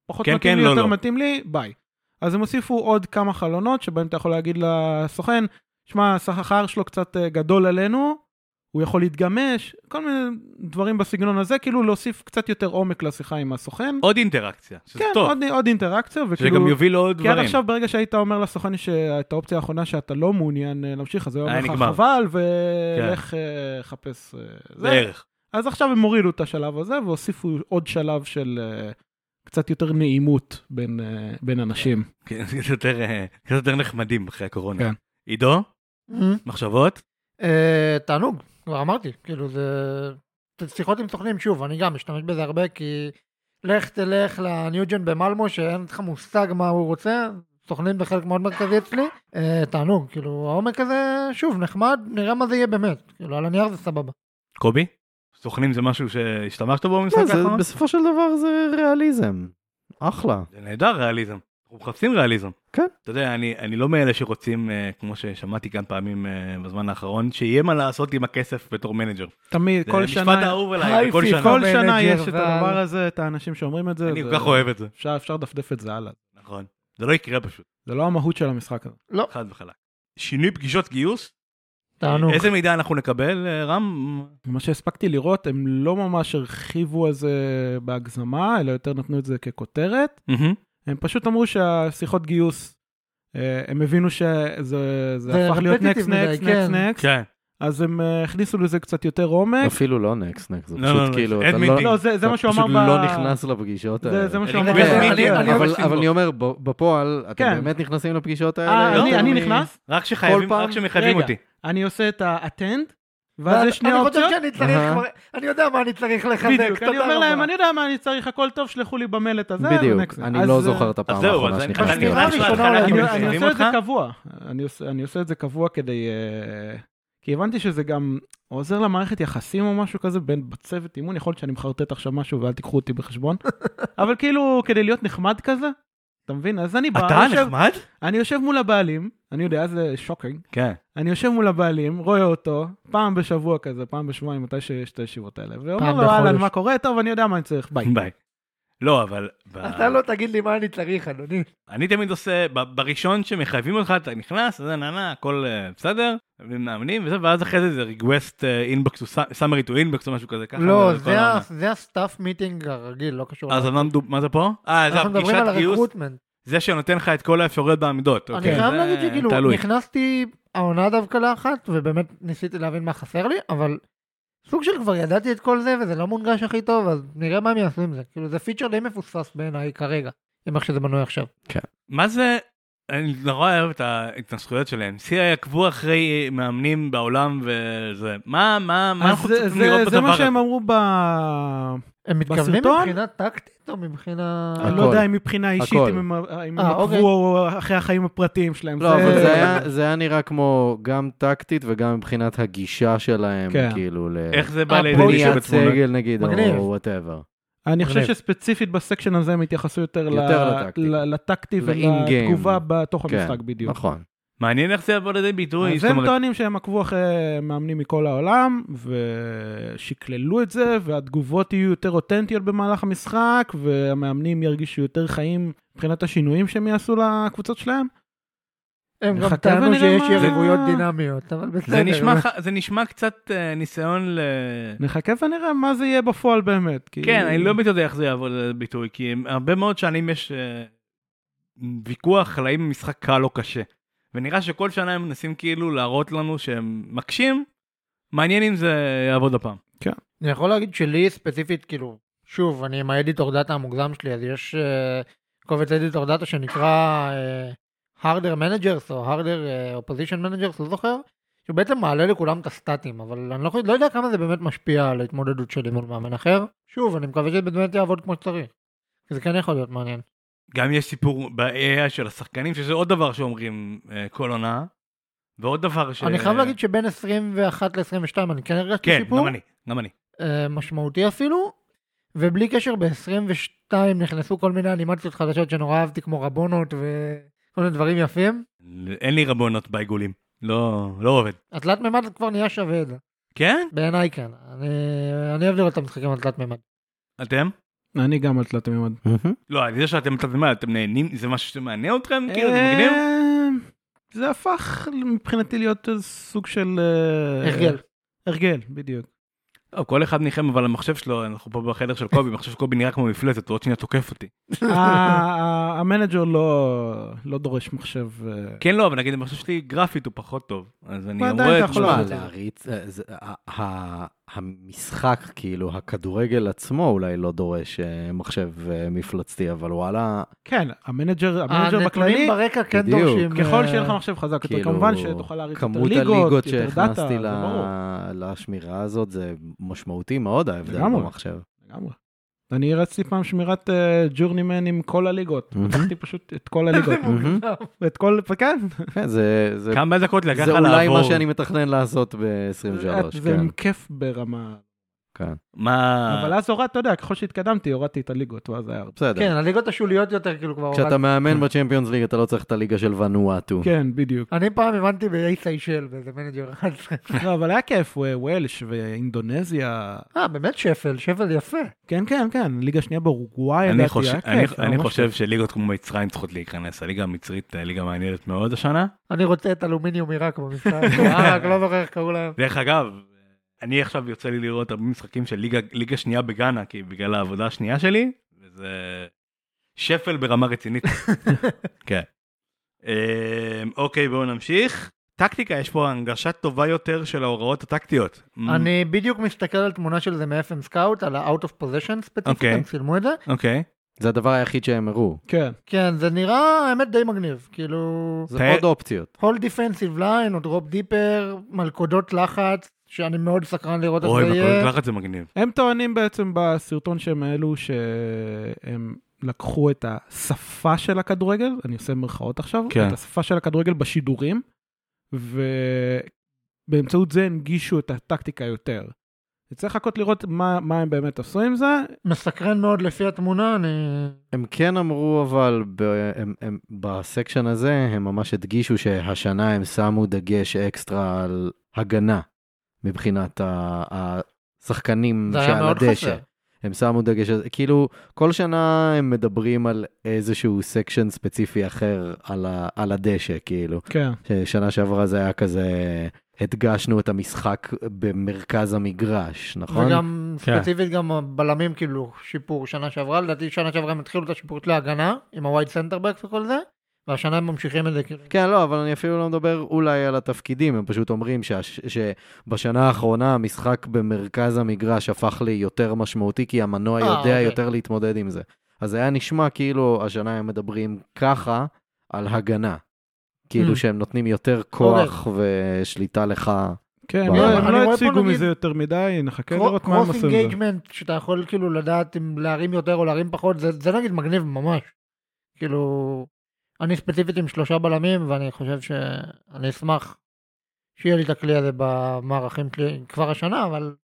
C: פחות
A: כן,
C: מתאים
A: כן,
C: לי,
A: לא,
C: יותר
A: לא.
C: מתאים לי, ביי. אז הם הוסיפו עוד כמה חלונות שבהם אתה יכול להגיד לסוכן, שמע, השכר שלו קצת אה, גדול עלינו, הוא יכול להתגמש, כל מיני דברים בסגנון הזה, כאילו להוסיף קצת יותר עומק לשיחה עם הסוכן.
A: עוד אינטראקציה, שזה
C: כן,
A: טוב,
C: עוד, עוד אינטראקציה,
A: שזה
C: וכאילו...
A: גם יוביל לעוד
C: כי עד
A: דברים.
C: כן, עכשיו ברגע שהיית אומר לסוכן שאת האופציה האחרונה שאתה לא מעוניין אה, להמשיך, אז הוא
A: היה
C: אומר לך
A: נגמר. כן.
C: חבל ולך אה, חפש אה,
A: זה
C: זה.
A: ערך.
C: אז עכשיו הם הורידו את השלב הזה והוסיפו עוד שלב של אה, קצת יותר נעימות בין, אה, בין אנשים.
A: כן, זה קצת יותר, אה, קצת יותר נחמדים אחרי הקורונה.
C: כן.
A: עידו,
B: כן.
A: מחשבות?
B: אה, תענוג, כבר אמרתי, כאילו זה... שיחות עם סוכנים, שוב, אני גם משתמש בזה הרבה, כי לך תלך לניוג'ן במלמו, שאין לך מושג מה הוא רוצה, סוכנים זה חלק מאוד מרכזי אצלי, אה, תענוג, כאילו העומק הזה, שוב, נחמד, נראה מה זה יהיה באמת, כאילו על הנייר זה סבבה.
A: קובי? סוכנים זה משהו שהשתמשת בו במשחק
D: לא, זה-
A: האחרון?
D: בסופו של דבר זה ריאליזם. אחלה.
A: זה נהדר ריאליזם. אנחנו מחפשים ריאליזם.
D: כן.
A: אתה יודע, אני, אני לא מאלה שרוצים, אה, כמו ששמעתי כאן פעמים אה, בזמן האחרון, שיהיה מה לעשות עם הכסף בתור מנג'ר.
C: תמיד, כל
A: זה משפט
C: שנה,
A: האהוב
B: היי,
A: עליי, בכל
B: פי,
A: שנה.
C: כל
B: מנג'ר
C: שנה יש את
B: ועל-
C: הדבר הזה, את האנשים שאומרים את זה.
A: אני
C: זה-
A: כל כך אוהב את זה.
C: אפשר- אפשר לדפדף את זה הלאה.
A: נכון. זה לא יקרה פשוט,
C: זה לא המהות של המשחק הזה.
A: חד וחלק. שינוי פגישות גיוס?
B: תענוג.
A: איזה מידע אנחנו נקבל, אה, רם?
C: מה שהספקתי לראות, הם לא ממש הרחיבו על זה בהגזמה, אלא יותר נתנו את זה ככותרת. הם פשוט אמרו שהשיחות גיוס, אה, הם הבינו שזה זה
B: זה
C: הפך להיות
B: repetitive
C: נקס,
B: מדי,
C: נקס, נקס,
B: כן.
C: נקס,
A: כן.
C: אז הם אה, הכניסו לזה קצת יותר עומק.
D: אפילו לא נקסט נקסט, זה
A: לא, לא,
D: פשוט
A: לא,
D: כאילו,
A: אין
D: אתה
A: meeting.
D: לא...
C: לא, זה זה
D: אתה
C: מה שהוא אמר
D: פשוט
C: ב...
D: לא נכנס לפגישות
C: זה-
D: האלה.
C: זה מה
A: אני
C: שהוא אמר.
A: גם-
C: ב-
B: אני-
C: אני-
B: אני-
A: אוהב
D: אבל,
A: לשים
D: אבל
A: בו.
D: אני אומר, ב- בפועל, אתם
C: כן.
D: באמת נכנסים לפגישות האלה?
C: אה, אני-
D: יותר
C: אני
D: מ-
C: נכנס,
A: רק שחייבים,
D: כל פעם-
A: רק שמחייבים
C: רגע.
A: אותי.
C: אני עושה את ה-attend, ואז
B: ואז
C: יש שני
B: אני
C: האופציות.
B: חושב שאני צריך
D: אהה.
B: כבר, אני יודע מה אני צריך לחזק,
C: בדיוק,
B: תודה
C: אני אומר להם,
B: רבה.
C: אני יודע מה אני צריך, הכל טוב, שלחו לי במייל את הזה.
D: בדיוק,
C: ונקסט.
D: אני
C: אז,
D: לא
C: אה,
D: זוכר את
A: אז
D: הפעם
A: זהו,
D: האחרונה
A: אז אני
D: שנכנסתי.
A: אני-
D: אליו.
B: פעם ראשונה
A: בהתחלה
B: אולי.
A: כאילו
C: אני אני
A: מחייבים
C: עושה את
A: אותך?
C: זה קבוע. אני עושה- אני עושה את זה קבוע כדי... אה, כי הבנתי שזה גם עוזר למערכת יחסים או משהו כזה בין בצוות אימון, יכול להיות שאני מחרטט עכשיו משהו ואל תיקחו אותי בחשבון. אבל כאילו, כדי להיות נחמד כזה, אתה מבין? אז אני בא,
A: אתה
C: אני יושב-
A: נחמד?
C: אני יושב מול הבעלים, אני יודע, זה שוקינג.
A: כן.
C: אני יושב מול הבעלים, רואה אותו, פעם בשבוע כזה, פעם בשבועיים, מתי שיש את הישיבות האלה, ואומר
B: פעם
C: לו, אהלן,
B: בחודש."
C: מה קורה? טוב, אני יודע מה אני צריך, ביי.
A: ביי. לא, אבל... ב-
B: אתה לא תגיד לי מה אני צריך, אדוני.
A: אני תמיד עושה, ב- בראשון שמחייבים אותך, אתה נכנס, זה נה נה, הכל אה, בסדר, ומאמנים וזה, ואז אחרי זה זה request אינבוקס, summary to inbox או משהו כזה, ככה.
B: לא,
A: כל
B: זה ה-
A: העונה.
B: זה הסטאפ מיטינג הרגיל, לא קשור.
A: אז על מה מדוב- מה זה פה? אה, זה
B: אנחנו מדברים על
A: הפגישת גיוס,
B: הרקרוטמנט.
A: זה שנותן לך את כל האפשרויות בעמידות.
B: אני
A: אוקיי,
B: חייב
A: זה
B: להגיד שכאילו,
A: תלוי.
B: נכנסתי העונה דווקא לאחת, ובאמת ניסיתי להבין מה חסר לי, אבל סוג של כבר ידעתי את כל זה, וזה לא מונגש הכי טוב, אז נראה מה הם יעשו עם זה. כאילו, זה פיצ'ר די מפוספס בעיניי כרגע, עם איך שזה בנוי עכשיו.
A: מה זה, אני נורא אוהב את ההתנסחויות שלהם. CI עקבו אחרי מאמנים בעולם וזה. מה, מה, מה
C: אז
A: אנחנו
C: זה-
A: צריכים לראות
C: זה-
A: בדבר
C: זה מה
A: הזה?
C: שהם אמרו ב...
B: הם מתכוונים
C: בסרטון?
B: מבחינה טקטית או מבחינה...
C: אני לא יודע אם מבחינה אישית,
D: הכל.
C: אם הם- אם הם
B: אה,
A: אוקיי.
C: עקבו אחרי החיים הפרטיים שלהם.
D: לא, אבל זה היה- זה היה נראה כמו גם טקטית וגם מבחינת הגישה שלהם,
C: כן.
D: כאילו, ל-
A: איך זה בא
B: אה,
A: לידי
B: פה
A: ביטוי
D: בניית
A: בתמונה?
D: סגל נגיד,
B: מגניב.
D: או וואטאבר.
C: אני חושב
B: מגניב.
C: שספציפית בסקשן הזה הם התייחסו יותר ל-
D: יותר לטקטי.
C: ל- לטקטי
D: ל-in-game.
C: ולתגובה בתוך
D: כן,
C: המשחק בדיוק.
D: נכון.
A: מעניין איך זה יבוא לידי ביטוי.
C: אז
A: זאת
C: הם
A: אומרת,
C: טוענים שהם עקבו אחרי מאמנים מכל העולם, ושקללו את זה, והתגובות יהיו יותר אותנטיות במהלך המשחק, והמאמנים ירגישו יותר חיים מבחינת השינויים שהם יעשו לקבוצות שלהם.
B: הם גם
C: נחכה
B: טענו
C: ונראה
B: שיש
C: מה-
B: יריבויות דינמיות, אבל בסדר.
A: זה נשמע ח- זה נשמע קצת אה, ניסיון ל...
C: נחכה ונראה מה זה יהיה בפועל באמת. כי-
A: כן, אני לא באמת יודע איך זה יבוא לידי ביטוי, כי הם- הרבה מאוד שנים יש אה, ויכוח על האם המשחק קל או קשה. ונראה שכל שנה הם מנסים כאילו להראות לנו שהם מקשים, מעניין אם זה יעבוד הפעם.
B: אני יכול להגיד שלי ספציפית, כאילו, שוב, אני עם האדיטור דאטה המוגזם שלי, אז יש אה, קובץ אדיטור דאטה שנקרא אה, Harder Managers או Harder אה, Opposition Managers, לא זוכר, שהוא בעצם מעלה לכולם את הסטטים, אבל אני לא, יכול- לא יודע כמה זה באמת משפיע על ההתמודדות שלי מול מאמן אחר. שוב, אני מקווה שזה באמת יעבוד כמו שצריך. כי זה כן יכול להיות מעניין.
A: גם יש סיפור ב-AI של השחקנים, שזה עוד דבר שאומרים אה, כל עונה, ועוד דבר ש...
B: אני חייב להגיד שבין 21 ל-22 אני כן הרגשתי
A: כן,
B: שיפור.
A: גם אני, גם אני.
B: אה, משמעותי אפילו, ובלי קשר ב-22 נכנסו כל מיני אנימציות חדשות שנורא אהבתי כמו רבונות וכל מיני דברים יפים.
A: אין לי רבונות בעיגולים, לא לא עובד.
B: התלת מימד כבר נהיה שווה את זה,
A: כן?
B: בעיניי כן. אני, אני אוהב לראות את המשחקים על תלת מימד.
A: אתם?
C: אני גם על תלת מימד.
A: לא, אני יודע שאתם תלת מימד, אתם נהנים, זה משהו שמעניין אתכם? כאילו, זה מגניב?
C: אה, זה הפך מבחינתי להיות איזה סוג של... אה,
B: הרגל.
C: הרגל, בדיוק.
A: טוב, כל אחד מכם, אבל המחשב שלו, אנחנו פה בחדר של קובי, המחשב של קובי נראה כמו מפלצת, הוא עוד שנייה תוקף אותי.
C: ה- ה- המנג'ר לא לא דורש מחשב. אה,
A: כן, לא, אבל נגיד המחשב שלי גרפית הוא פחות טוב, אז אני
C: ועדיין
A: גם רואה
C: אתה
A: את...
C: יכול
A: מה-
D: תשמע,
C: לעשות את זה.
D: להריץ, אה, זה- ה- ה- המשחק, כאילו, הכדורגל עצמו אולי לא דורש אה, מחשב אה, מפלצתי, אבל וואלה,
C: כן, המנג'ר המנג'ר בכללי,
B: הנתונים ברקע כן
D: בדיוק.
B: דורשים.
C: ככל
B: אה,
C: שיהיה לך מחשב חזק יותר,
D: כאילו,
C: כמובן שתוכל להריץ יותר
D: כמות
C: ליגות,
D: הליגות
C: יותר דאטה, זה
D: שהכנסתי
C: ברור.
D: ל- לשמירה הזאת, זה משמעותי מאוד ההבדל
C: לגמרי.
D: במחשב.
C: לגמרי. אני רצתי פעם שמירת אה, ג'ורנימן עם כל הליגות.
D: Mhm.
C: פתחתי פשוט את כל הליגות.
B: זה מוגזם.
C: את כל, כן.
D: כן, זה זה-
A: כמה דקות לקח לך
D: זה
A: לעבור.
D: אולי מה שאני מתכנן לעשות ב-23,
C: זה
D: כן.
C: כיף ברמה.
D: כן.
A: מה...
C: אבל אז הורדתי, אתה יודע, ככל שהתקדמתי, הורדתי את הליגות, ואז היה... הרבה.
D: בסדר.
B: כן, הליגות השוליות יותר, כאילו כבר...
D: כשאתה
B: הורדתי.
D: מאמן בצ'מפיונס ליג אתה לא צריך את הליגה של ונואטו.
C: כן, בדיוק.
B: אני פעם הבנתי באי סיישל, באיזה מנג'ר אחד.
C: לא, אבל היה כיף, ו- וולש ואינדונזיה.
B: אה, באמת שפל, שפל יפה.
C: כן, כן, כן, ליגה שנייה באורוגוואי,
A: אני
C: לדעתי,
A: חושב-
C: היה
A: אני-
C: כיף, היה
A: אני
C: אה, כן, ממש
A: חושב שליגות כמו מצרים צריכות להיכנס, הליגה המצרית היא ליגה מעניינת מאוד השנה.
B: אני רוצה את אלומיניום עיראק במשחק. אה, רק לא זוכר איך קראו להם.
A: דרך אגב, אני עכשיו יוצא לי לראות הרבה משחקים של ליגה, ליגה שנייה בגאנה, כי בגלל העבודה השנייה שלי, וזה שפל ברמה רצינית. כן. אמ, אוקיי, בואו נמשיך. טקטיקה, יש פה הנגשה טובה יותר של ההוראות הטקטיות.
B: אני בדיוק מסתכל על תמונה של זה מ-FM סקאוט, על ה-out of possession ספציפית,
A: אוקיי.
B: הם צילמו את זה.
A: אוקיי.
D: זה הדבר היחיד שהם הראו.
C: כיף. כן.
B: כן, זה נראה, האמת, די מגניב. כאילו,
D: זה
A: תאר-
D: עוד אופציות.
B: כל דיפנסיב ליין, או דרופ דיפר, מלכודות לחץ, שאני מאוד סקרן לראות איך
A: אוי,
B: זה
A: בקולות
B: יהיה.
A: לחץ זה מגניב.
C: הם טוענים בעצם בסרטון שהם אלו שהם לקחו את השפה של הכדורגל, אני עושה מירכאות עכשיו,
A: כן.
C: את השפה של הכדורגל בשידורים, ובאמצעות זה הנגישו את הטקטיקה יותר. צריך לחכות לראות מה, מה הם באמת עשו עם זה.
B: מסקרן מאוד לפי התמונה, אני...
D: הם כן אמרו, אבל ב- הם- הם- בסקשן הזה הם ממש הדגישו שהשנה הם שמו דגש אקסטרה על הגנה מבחינת ה- השחקנים
B: זה היה
D: שעל
B: מאוד
D: הדשא.
B: חסר.
D: הם שמו דגש, על- כאילו, כל שנה הם מדברים על איזשהו סקשן ספציפי אחר על, ה, על הדשא, כאילו.
C: כן.
D: שנה שעברה זה היה כזה, הדגשנו את המשחק במרכז המגרש, נכון?
B: וגם
A: כן.
B: ספציפית גם הבלמים קיבלו שיפור שנה שעברה, לדעתי שנה שעברה הם התחילו את השיפור להגנה, עם הווייד סנטרבק וכל זה, והשנה הם ממשיכים את זה כאילו.
D: כן, לא, אבל אני אפילו לא מדבר אולי על התפקידים, הם פשוט אומרים שהש, שבשנה האחרונה המשחק במרכז המגרש הפך ליותר משמעותי, כי המנוע
B: אה,
D: יודע
B: אוקיי.
D: יותר להתמודד עם זה. אז זה היה נשמע כאילו השנה הם מדברים ככה על הגנה. כאילו
B: Mm. אוקיי.
D: שהם נותנים יותר כוח ושליטה לך.
C: כן,
D: וואי.
C: לא- הם
B: אני רואה
C: לא
B: פה,
C: הציגו
B: נגיד,
C: מזה יותר מדי, נחכה כן, לראות מה הם
B: קרוס
C: עשו עם זה.
B: אינגייג'מנט שאתה יכול כאילו לדעת אם להרים יותר או להרים פחות זה, זה נגיד מגניב ממש. כאילו אני ספציפית עם שלושה בלמים ואני חושב שאני אשמח שיהיה לי את הכלי הזה במערכים שלי כבר השנה אבל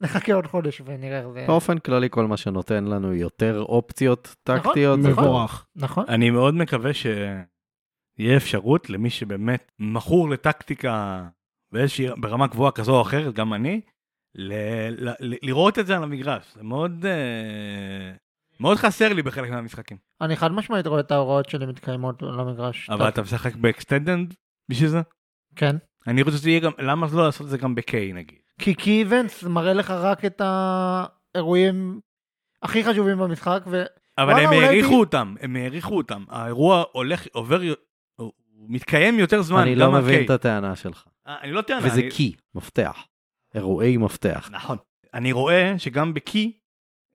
B: נחכה עוד חודש ונראה איך זה
D: באופן כללי, כל מה שנותן לנו יותר אופציות טקטיות. זה טוב.
C: מבורך.
B: נכון
A: אני מאוד מקווה שיהיה אפשרות למי שבאמת מכור לטקטיקה באיזושהי, ברמה גבוהה כזו או אחרת, גם אני, ל- ל- ל- לראות את זה על המגרש. זה מאוד, אה, מאוד חסר לי בחלק מהמשחקים.
B: אני חד משמעית רואה את ההוראות שלי מתקיימות על המגרש.
A: אבל
B: טוב,
A: אתה משחק באקסטנדנד בשביל זה?
B: כן.
A: אני רוצה שזה יהיה גם, למה לא לעשות את זה גם ב-K נגיד?
B: כי קי איבנטס מראה לך רק את האירועים הכי חשובים במשחק ו-
A: אבל
B: וואלה,
A: הם
B: אולי
A: העריכו
B: ב-
A: אותם, הם העריכו אותם. האירוע הולך, עובר, הוא מתקיים יותר זמן,
D: אני לא
A: גם
D: מבין
A: ה-K.
D: את הטענה שלך.
A: אה, אני לא
B: כן,
A: טענה.
D: וזה
A: אני-
D: קי, מפתח. אירועי מפתח.
A: נכון. אני רואה שגם בקי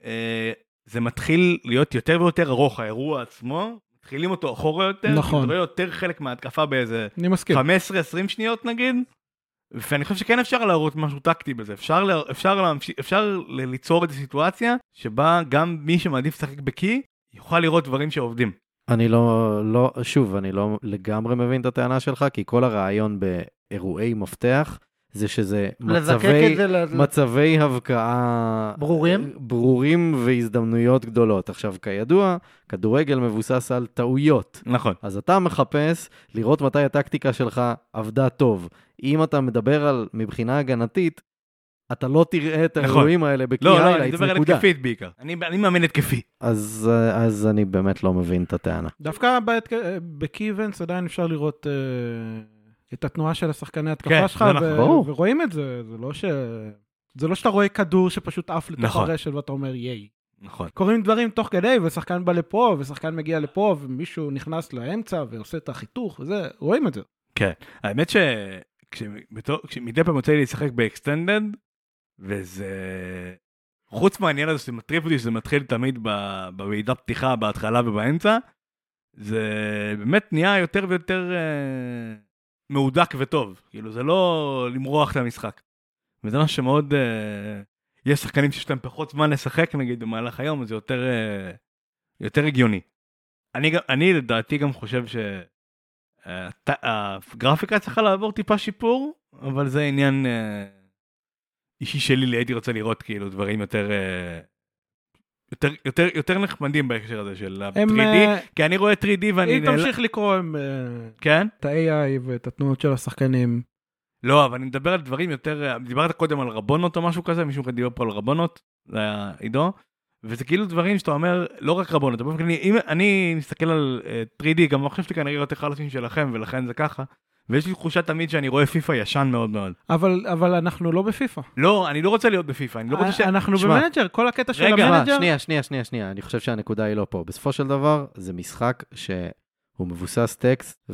A: אה, זה מתחיל להיות יותר ויותר ארוך, האירוע עצמו, מתחילים אותו אחורה יותר,
C: נכון. כן.
A: אתה רואה יותר חלק מההתקפה באיזה
C: אני מסכים.
A: 15-20 שניות נגיד, ואני חושב שכן אפשר להראות משהו טקטי בזה, אפשר, לה, אפשר, להמש... אפשר ל- ליצור איזו סיטואציה שבה גם מי שמעדיף לשחק בקי יוכל לראות דברים שעובדים.
D: אני לא, לא, שוב, אני לא לגמרי מבין את הטענה שלך, כי כל הרעיון באירועי מפתח זה שזה
B: לזקק
D: מצבי,
B: את זה ל-
D: מצבי הבקעה אה,
B: ברורים?
D: ברורים והזדמנויות גדולות. עכשיו, כידוע, כדורגל מבוסס על טעויות.
A: נכון.
D: אז אתה מחפש לראות מתי הטקטיקה שלך עבדה טוב. אם אתה מדבר על מבחינה הגנתית, אתה לא תראה את
A: נכון.
D: האירועים האלה בקי
A: לא, לא,
D: היילייטס,
A: אני מדבר על
D: נקודה.
A: התקפית בעיקר. אני, אני מאמן התקפי.
D: אז, אה, אז אני באמת לא מבין את הטענה.
C: דווקא בהתק- בקי איבנטס עדיין אפשר לראות אה, את התנועה של השחקני התקפה
A: כן,
C: שלך,
A: זה נכון.
C: ו-
D: ברור.
C: ורואים את זה, זה לא ש... זה לא שאתה רואה כדור שפשוט עף לתוך
A: נכון.
C: הרשת ואתה אומר ייי.
A: נכון.
C: קורים דברים תוך כדי, ושחקן בא לפה, ושחקן מגיע לפה, ומישהו נכנס לאמצע ועושה את החיתוך וזה, רואים את זה.
A: האמת שמדי פעם יוצא לי לשחק באקסטנדד, וזה... חוץ מהעניין הזה שזה מטריף אותי, שזה מתחיל תמיד ב- בוועידת פתיחה, בהתחלה ובאמצע, זה באמת נהיה יותר ויותר אה, מהודק וטוב. כאילו, זה לא למרוח את המשחק. וזה משהו שמאוד... אה, יש שחקנים שיש להם פחות זמן לשחק, נגיד, במהלך היום, אז זה יותר, אה, יותר הגיוני. אני, גם- אני לדעתי גם חושב ש... אה, ת- הגרפיקה צריכה לעבור טיפה שיפור, אבל זה עניין אה, אישי שלי, לי הייתי רוצה לראות כאילו דברים יותר... אה, יותר, יותר, יותר נחמדים בהקשר הזה של ה-3D,
C: הם, אה,
A: כי אני רואה 3D ואני
C: אם
A: נעלם.
C: תמשיך לקרוא הם, אה,
A: כן?
C: את ה-AI ואת התנועות של השחקנים.
A: לא, אבל אני מדבר על דברים יותר... דיברת קודם על רבונות או משהו כזה, מישהו כאן דיבר פה על רבונות, זה היה עידו, וזה כאילו דברים שאתה אומר, לא רק רבונות, אבל אני, אם אני מסתכל על אה, 3D, גם אני חושב שאתה כנראה יותר חלשים שלכם, ולכן זה ככה, ויש לי תחושה תמיד שאני רואה פיפא ישן מאוד מאוד.
C: אבל אבל אנחנו לא בפיפא.
A: לא, אני לא רוצה להיות בפיפא, אני לא רוצה ש...
C: אנחנו
D: שמע.
C: במנג'ר, כל הקטע של
A: רגע,
D: שמע,
C: המנג'ר.
D: שנייה, שנייה, שנייה, שנייה, אני חושב שהנקודה היא לא פה. בסופו של דבר, זה משחק שהוא מבוסס טקסט,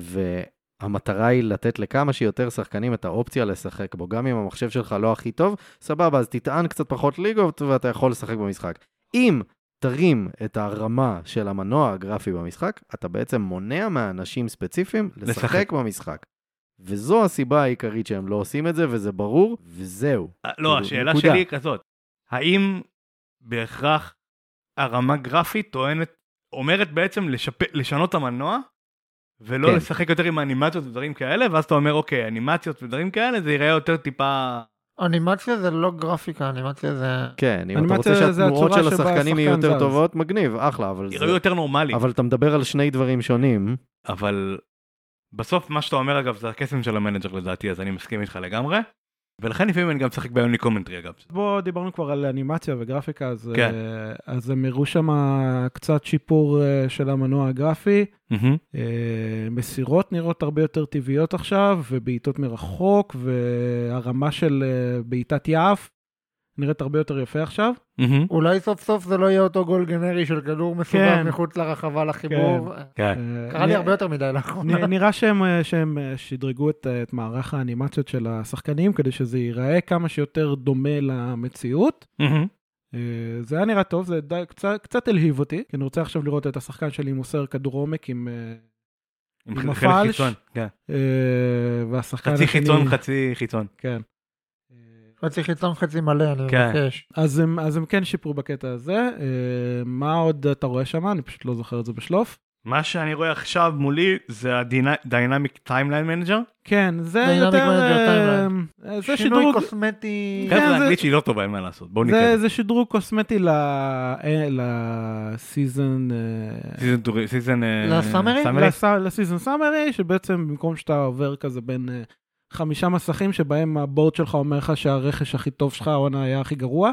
D: והמטרה היא לתת לכמה שיותר שחקנים את האופציה לשחק בו. גם אם המחשב שלך לא הכי טוב, סבבה, אז תטען קצת פחות ליגות ואתה יכול לשחק במשחק. אם תרים את הרמה של המנוע הגרפי במשחק, אתה בעצם מונע מאנשים ספציפיים לשחק,
A: לשחק.
D: לשחק. במשחק. וזו הסיבה העיקרית שהם לא עושים את זה, וזה ברור, וזהו.
A: אה, לא,
D: כאילו,
A: השאלה
D: נקודה.
A: שלי היא כזאת, האם בהכרח הרמה גרפית טוענת, אומרת בעצם לשפ- לשנות את המנוע, ולא
D: כן.
A: לשחק יותר עם האנימציות ודברים כאלה, ואז אתה אומר, אוקיי, אנימציות ודברים כאלה, זה ייראה יותר טיפה...
B: אנימציה זה לא גרפיקה, אנימציה זה...
D: כן, אם אתה
C: אנימציה
D: רוצה
C: אה, זה
D: שהתנועות
C: הצורה
D: של
C: שבה
D: השחקנים יהיו
C: השחקן
D: יותר
C: זז.
D: טובות, מגניב, אחלה, אבל זה...
A: ייראו יותר נורמלי. אבל...
D: אבל אתה מדבר על שני דברים שונים.
A: אבל בסוף מה שאתה אומר, אגב, זה הקסם של המנג'ר לדעתי, אז אני מסכים איתך לגמרי. ולכן לפעמים אני גם משחק ביוני קומנטרי, אגב.
C: בוא, דיברנו כבר על אנימציה וגרפיקה, אז,
A: כן.
C: אה, אז הם הראו שם קצת שיפור אה, של המנוע הגרפי. אה, מסירות נראות הרבה יותר טבעיות עכשיו, ובעיטות מרחוק, והרמה של אה, בעיטת יעף נראית הרבה יותר יפה עכשיו.
B: אולי סוף סוף זה לא יהיה אותו גול גנרי של כדור מסובב
C: כן.
B: מחוץ לרחבה לחיבור.
A: כן.
C: אה,
B: קרה לי
C: נ-
B: הרבה יותר מדי לאחרונה.
C: נ- נראה שהם, אה, שהם אה, שדרגו את, אה, את מערך האנימציות של השחקנים כדי שזה ייראה כמה שיותר דומה למציאות.
A: מהמם.
C: אה, זה היה נראה טוב, זה די, קצת, קצת הלהיב אותי, כי אני רוצה עכשיו לראות את השחקן שלי מוסר כדור עומק עם... אה,
A: עם
C: עם
A: חלק חלק
C: הפלש.
A: חיצון. כן.
C: אה, והשחקן
A: חצי
C: השני-
A: חיצון, חצי חיצון.
C: כן.
B: חצי חיצון לא חצי מלא, אני
A: כן.
B: מבקש.
C: אז הם, אז הם כן שיפרו בקטע הזה. אה, מה עוד אתה רואה שם? אני פשוט לא זוכר את זה בשלוף.
A: מה שאני רואה עכשיו מולי זה הדיינמיק טיימליין מנג'ר.
C: כן, זה
B: Dynamic
C: יותר...
B: Manager
C: אה, אה, זה
B: שינוי
C: שדרוג...
B: קוסמטי.
C: כן,
A: חבר'ה,
C: זה-
A: האנגלית שלי לא טובה, אין מה לעשות. בואו
C: זה,
A: נתקדם.
C: זה שדרוג קוסמטי ל- אה, לסיזן... אה,
A: סיזן טורי, סיזן... אה,
B: לסאמרי?
A: סאמרי?
C: לס- לסיזן סאמרי, שבעצם במקום שאתה עובר כזה בין אה, חמישה מסכים שבהם הבורד שלך אומר לך שהרכש הכי טוב שלך העונה היה הכי גרוע.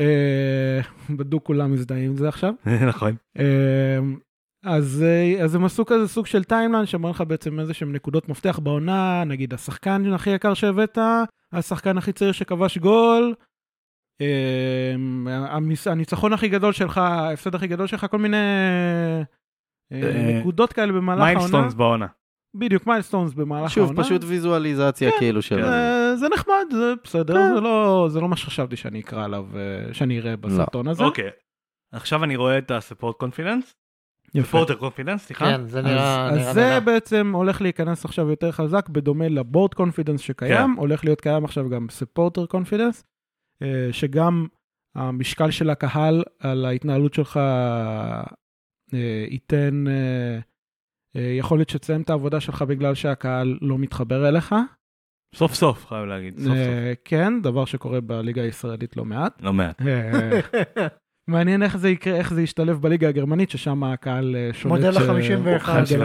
C: אה, בדוק כולם מזדהים עם זה עכשיו.
A: נכון.
C: אמ, אז, אה, אז הם עשו כזה סוג של טיימליין שמראה לך בעצם איזה שהם נקודות מפתח בעונה, נגיד השחקן הכי יקר שהבאת, השחקן הכי צעיר שכבש גול, אמ, המס- הניצחון הכי גדול שלך, ההפסד הכי גדול שלך, כל מיני אה,
A: אה,
C: נקודות כאלה במהלך העונה.
A: מיילסטונס בעונה.
C: בדיוק, מיילסטונס במהלך
D: שוב,
C: העונה.
D: פשוט ויזואליזציה כאילו של...
C: זה, זה נחמד, זה בסדר,
D: כן.
C: זה, לא, זה לא מה שחשבתי שאני אקרא עליו, אה, שאני אראה בסרטון
D: לא.
C: הזה.
A: אוקיי. עכשיו אני רואה את ה-support confidence.
C: יפה.
A: supporter confidence, סליחה.
B: כן, זה נראה...
C: אה? אז,
B: נראה
C: אז זה
B: נהדר.
C: בעצם הולך להיכנס עכשיו יותר חזק, בדומה לבורד קונפידנס שקיים,
A: כן.
C: הולך להיות קיים עכשיו גם ספורטר קונפידנס, אה, שגם המשקל של הקהל על ההתנהלות שלך אה, ייתן, אה, אה, יכול להיות שתסיים את העבודה שלך בגלל שהקהל לא מתחבר אליך.
A: סוף סוף, חייב להגיד. סוף סוף.
C: אה, כן, דבר שקורה בליגה הישראלית לא מעט.
A: לא מעט.
C: אה, מעניין איך זה יקרה, איך זה ישתלב בליגה הגרמנית, ששם הקהל אה, שולט...
B: מודל
C: אה,
B: ה-51.
C: מודל
A: 51,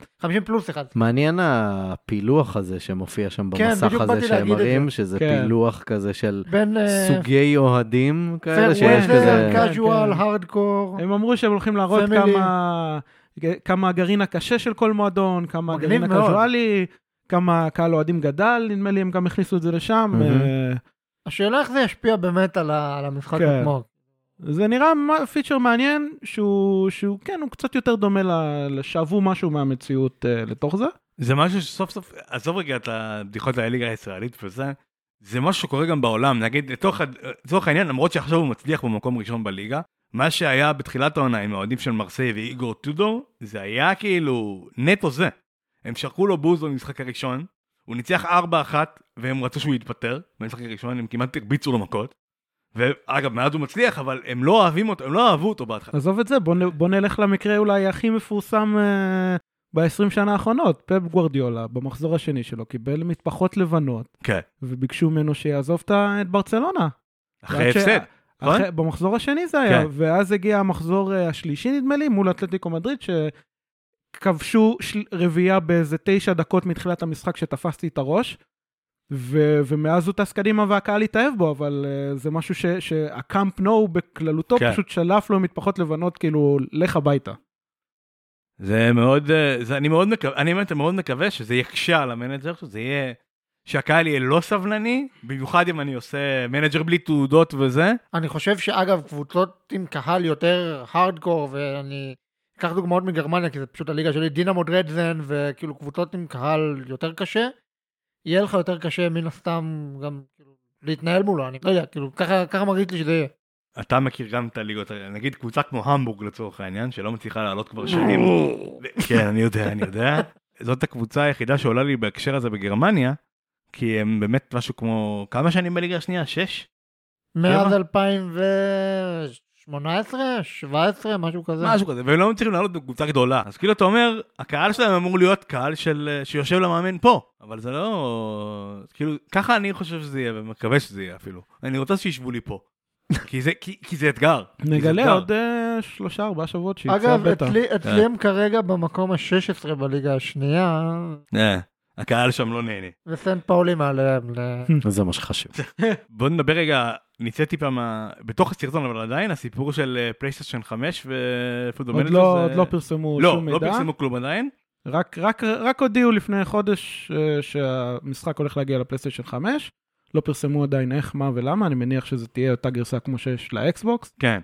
C: ה-51.
B: 50 פלוס אחד.
D: מעניין הפילוח הזה שמופיע שם
B: כן,
D: במסך
B: בדיוק באתי
D: הזה
B: להגיד
D: שהם
B: את זה.
D: מראים, שזה
C: כן.
D: פילוח כזה של
B: בין אה,
D: אה, סוגי אוהדים כאלה שיש
B: פרווזר,
D: כזה...
C: כן,
B: קאז'ואל,
C: כן.
B: הארדקור.
C: הם אמרו שהם הולכים להראות
B: נכון. Family.
C: כמה, כמה הגרעין הקשה של כל מועדון, כמה
B: מגניב
C: הגרעין
B: מאוד.
C: הקזואלי, כמה קהל אוהדים גדל, נדמה לי הם גם הכניסו את זה לשם.
D: מהמם.
C: אה,
B: השאלה איך זה ישפיע באמת על ה- על המשחק
C: כן.
B: עצמו.
C: זה נראה מה- פיצ'ר מעניין, שהוא, שהוא כן, הוא קצת יותר דומה, ל- לשאבו משהו מהמציאות אה, לתוך זה.
A: זה משהו שסוף סוף, עזוב רגע את הבדיחות על הליגה הישראלית וזה, זה משהו שקורה גם בעולם, נגיד לתוך הד- לצורך העניין, למרות שעכשיו הוא מצליח במקום ראשון בליגה, מה שהיה בתחילת העונה עם האוהדים של מרסיי ואיגור טודור, זה היה כאילו נטו זה. הם שרקו לו בוז במשחק הראשון, הוא ניצח 4-1 והם רצו שהוא יתפטר במשחק הראשון, הם כמעט הרביצו לו מכות. ואגב, מאז הוא מצליח, אבל הם לא אוהבים אותו, הם לא אהבו אותו בהתחלה.
C: עזוב את זה, בוא, נ- בוא נלך למקרה אולי הכי מפורסם אה, ב-20 שנה האחרונות. פפ גוורדיולה, במחזור השני שלו, קיבל מטפחות לבנות,
A: כן.
C: וביקשו ממנו שיעזוב את ה- את ברצלונה.
A: אחרי
C: עד ש-
A: הפסד. נכון?
C: אחרי, במחזור השני זה היה,
A: כן.
C: כן. ואז הגיע המחזור אה, השלישי נדמה לי, מול אתלטיקו מדריד, שכבשו של... רביעייה באיזה תשע דקות מתחילת המשחק שתפסתי את הראש, ו... ומאז הוא טס קדימה והקהל התאהב בו, אבל אה, זה משהו ש... שהקאמפ נו בכללותו
A: כן.
C: כן. פשוט שלף לו מטפחות לבנות, כאילו, לך הביתה.
A: זה מאוד, אה, זה, אני מאוד מקווה, אני באמת מאוד מקווה שזה יקשה על המנג'ר, שזה יהיה, שהקהל יהיה לא סבלני, במיוחד אם אני עושה מנג'ר בלי תעודות וזה.
B: אני חושב שאגב, קבוצות עם קהל יותר הארדקור, ואני אקח דוגמאות מגרמניה, כי זה פשוט הליגה שלי, דינמו דרדזן, וכאילו קבוצות עם קהל יותר קשה, יהיה לך יותר קשה מן הסתם גם כאילו, להתנהל מולו, אני לא יודע, כאילו, ככה, ככה מרגיש לי שזה יהיה.
A: אתה מכיר גם את הליגות, האלה. נגיד קבוצה כמו המבורג לצורך העניין, שלא מצליחה לעלות כבר שנים. ו- כן, אני יודע, אני יודע. זאת הקבוצה היחידה שעולה לי בהקשר הזה בגרמניה, כי הם באמת משהו כמו, כמה שנים בליגה השנייה? שש?
B: מאז
A: שבע?
B: 2018, 17, משהו כזה.
A: משהו כזה, והם לא מצליחים לעלות בקבוצה גדולה. אז כאילו אתה אומר, הקהל שלהם אמור להיות קהל של, אה, שיושב למאמן פה, אבל זה לא... כאילו, ככה אני חושב שזה יהיה, ומקווה שזה יהיה אפילו. אני רוצה שישבו לי פה. כי, זה, כי, כי זה אתגר. כי זה
C: נגלה
A: אתגר.
C: עוד אה, שלושה, ארבעה שבועות שיצא
B: אגב,
C: בטח.
B: אצלי, אצלי הם כרגע במקום ה-16 בליגה השנייה,
A: אה, הקהל שם לא נהנה.
B: וסן פאולי מעליהם. ל-
D: כן. זה מה שחשוב.
A: בוא נדבר רגע, נצא טיפה מה... בתוך הסרטון, אבל עדיין, הסיפור של אה, פלייסטיישן 5 ופודו
C: עוד לא, עוד לא פרסמו
A: לא,
C: שום
A: לא
C: מידע,
A: פרסמו כלום עדיין.
C: רק, רק, רק הודיעו לפני חודש אה, שהמשחק הולך להגיע לפלייסטיישן 5, לא פרסמו עדיין איך, מה ולמה, אני מניח שזו תהיה אותה גרסה כמו שיש לאקסבוקס.
A: כן.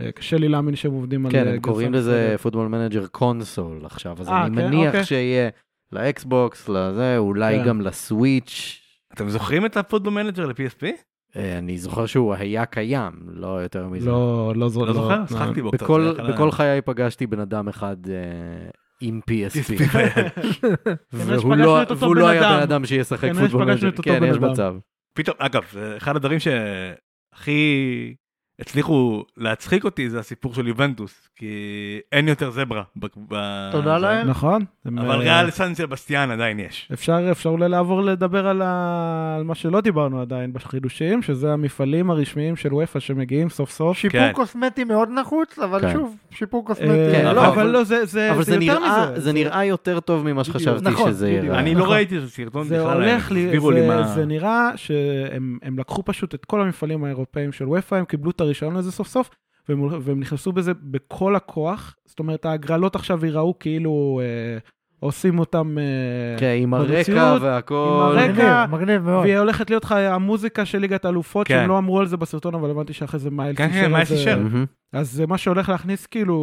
C: אה, קשה לי להאמין שהם עובדים על אה,
D: כן,
C: גרסה.
D: הם קוראים לזה פוטבול מנג'ר קונסול עכשיו, אז
C: אה,
D: אני
C: כן,
D: מניח
C: אוקיי.
D: שיהיה לאקסבוקס, לזה, אולי
C: כן.
D: גם לסוויץ'.
A: אתם זוכרים את הפודו מנג'ר ל-PSP?
D: אה, אני זוכר שהוא היה קיים, לא יותר מזה.
C: לא, לא, זו-
A: לא זוכר?
C: לא.
A: שחקתי בו קצת.
D: בכל,
A: זה היה
D: בכל
A: חלק.
D: חיי פגשתי בן אדם אחד אה, עם PSP,
A: PSP ביד.
D: והוא
C: פגשנו
D: לא,
C: את אותו
D: והוא לא
C: בן
D: היה
C: אדם.
D: בן אדם שישחק
C: כנראה
D: פוטבול
C: שפגשנו
D: מנג'ר.
C: את אותו
D: כן,
C: בן
D: יש
C: אדם.
D: מצב.
A: פתאום, אגב, זה אחד הדברים שהכי הצליחו להצחיק אותי זה הסיפור של יובנטוס, כי אין יותר זברה. ב- ב-
B: תודה
A: זה.
B: להם.
C: נכון. הם,
A: אבל
C: אה,
A: ריאל סן סבסטיאן עדיין יש.
C: אפשר, אפשר אולי לעבור לדבר על, ה... על מה שלא דיברנו עדיין בחידושים, שזה המפעלים הרשמיים של וופא שמגיעים סוף סוף.
B: שיפור
A: כן.
B: קוסמטי מאוד נחוץ, אבל
D: כן.
B: שוב, שיפור
C: אה,
B: קוסמטי.
D: כן,
C: לא,
D: אבל-
C: אבל לא, זה, זה,
D: אבל זה
C: יותר
D: נראה,
C: מזה.
D: זה נראה יותר טוב ממה
C: בדיוק.
D: שחשבתי
B: נכון,
D: שזה
C: בדיוק.
D: יראה.
A: אני לא
C: נכון.
A: ראיתי את הסרטון
C: זה
A: בכלל,
C: הולך, לי,
A: תסבירו לי
C: זה,
A: מה...
C: זה נראה שהם הם לקחו פשוט את כל המפעלים האירופאים של וופא, הם קיבלו את הרישיון לזה סוף סוף, והם, הול- והם נכנסו בזה בכל הכוח, זאת אומרת ההגרלות עכשיו ייראו כאילו אה, עושים אותם, אה,
D: כן, עם הרקע
C: במציאות,
D: והכל.
C: הרקע.
B: מגניב, מגניב מאוד.
C: והיא הולכת להיות לך המוזיקה של ליגת האלופות,
A: כן.
C: שהם לא אמרו על זה בסרטון, אבל הבנתי שאחרי זה מייל
A: כן, כן, מייל פישר.
D: מהמם.
C: אז זה מה שהולך להכניס כאילו,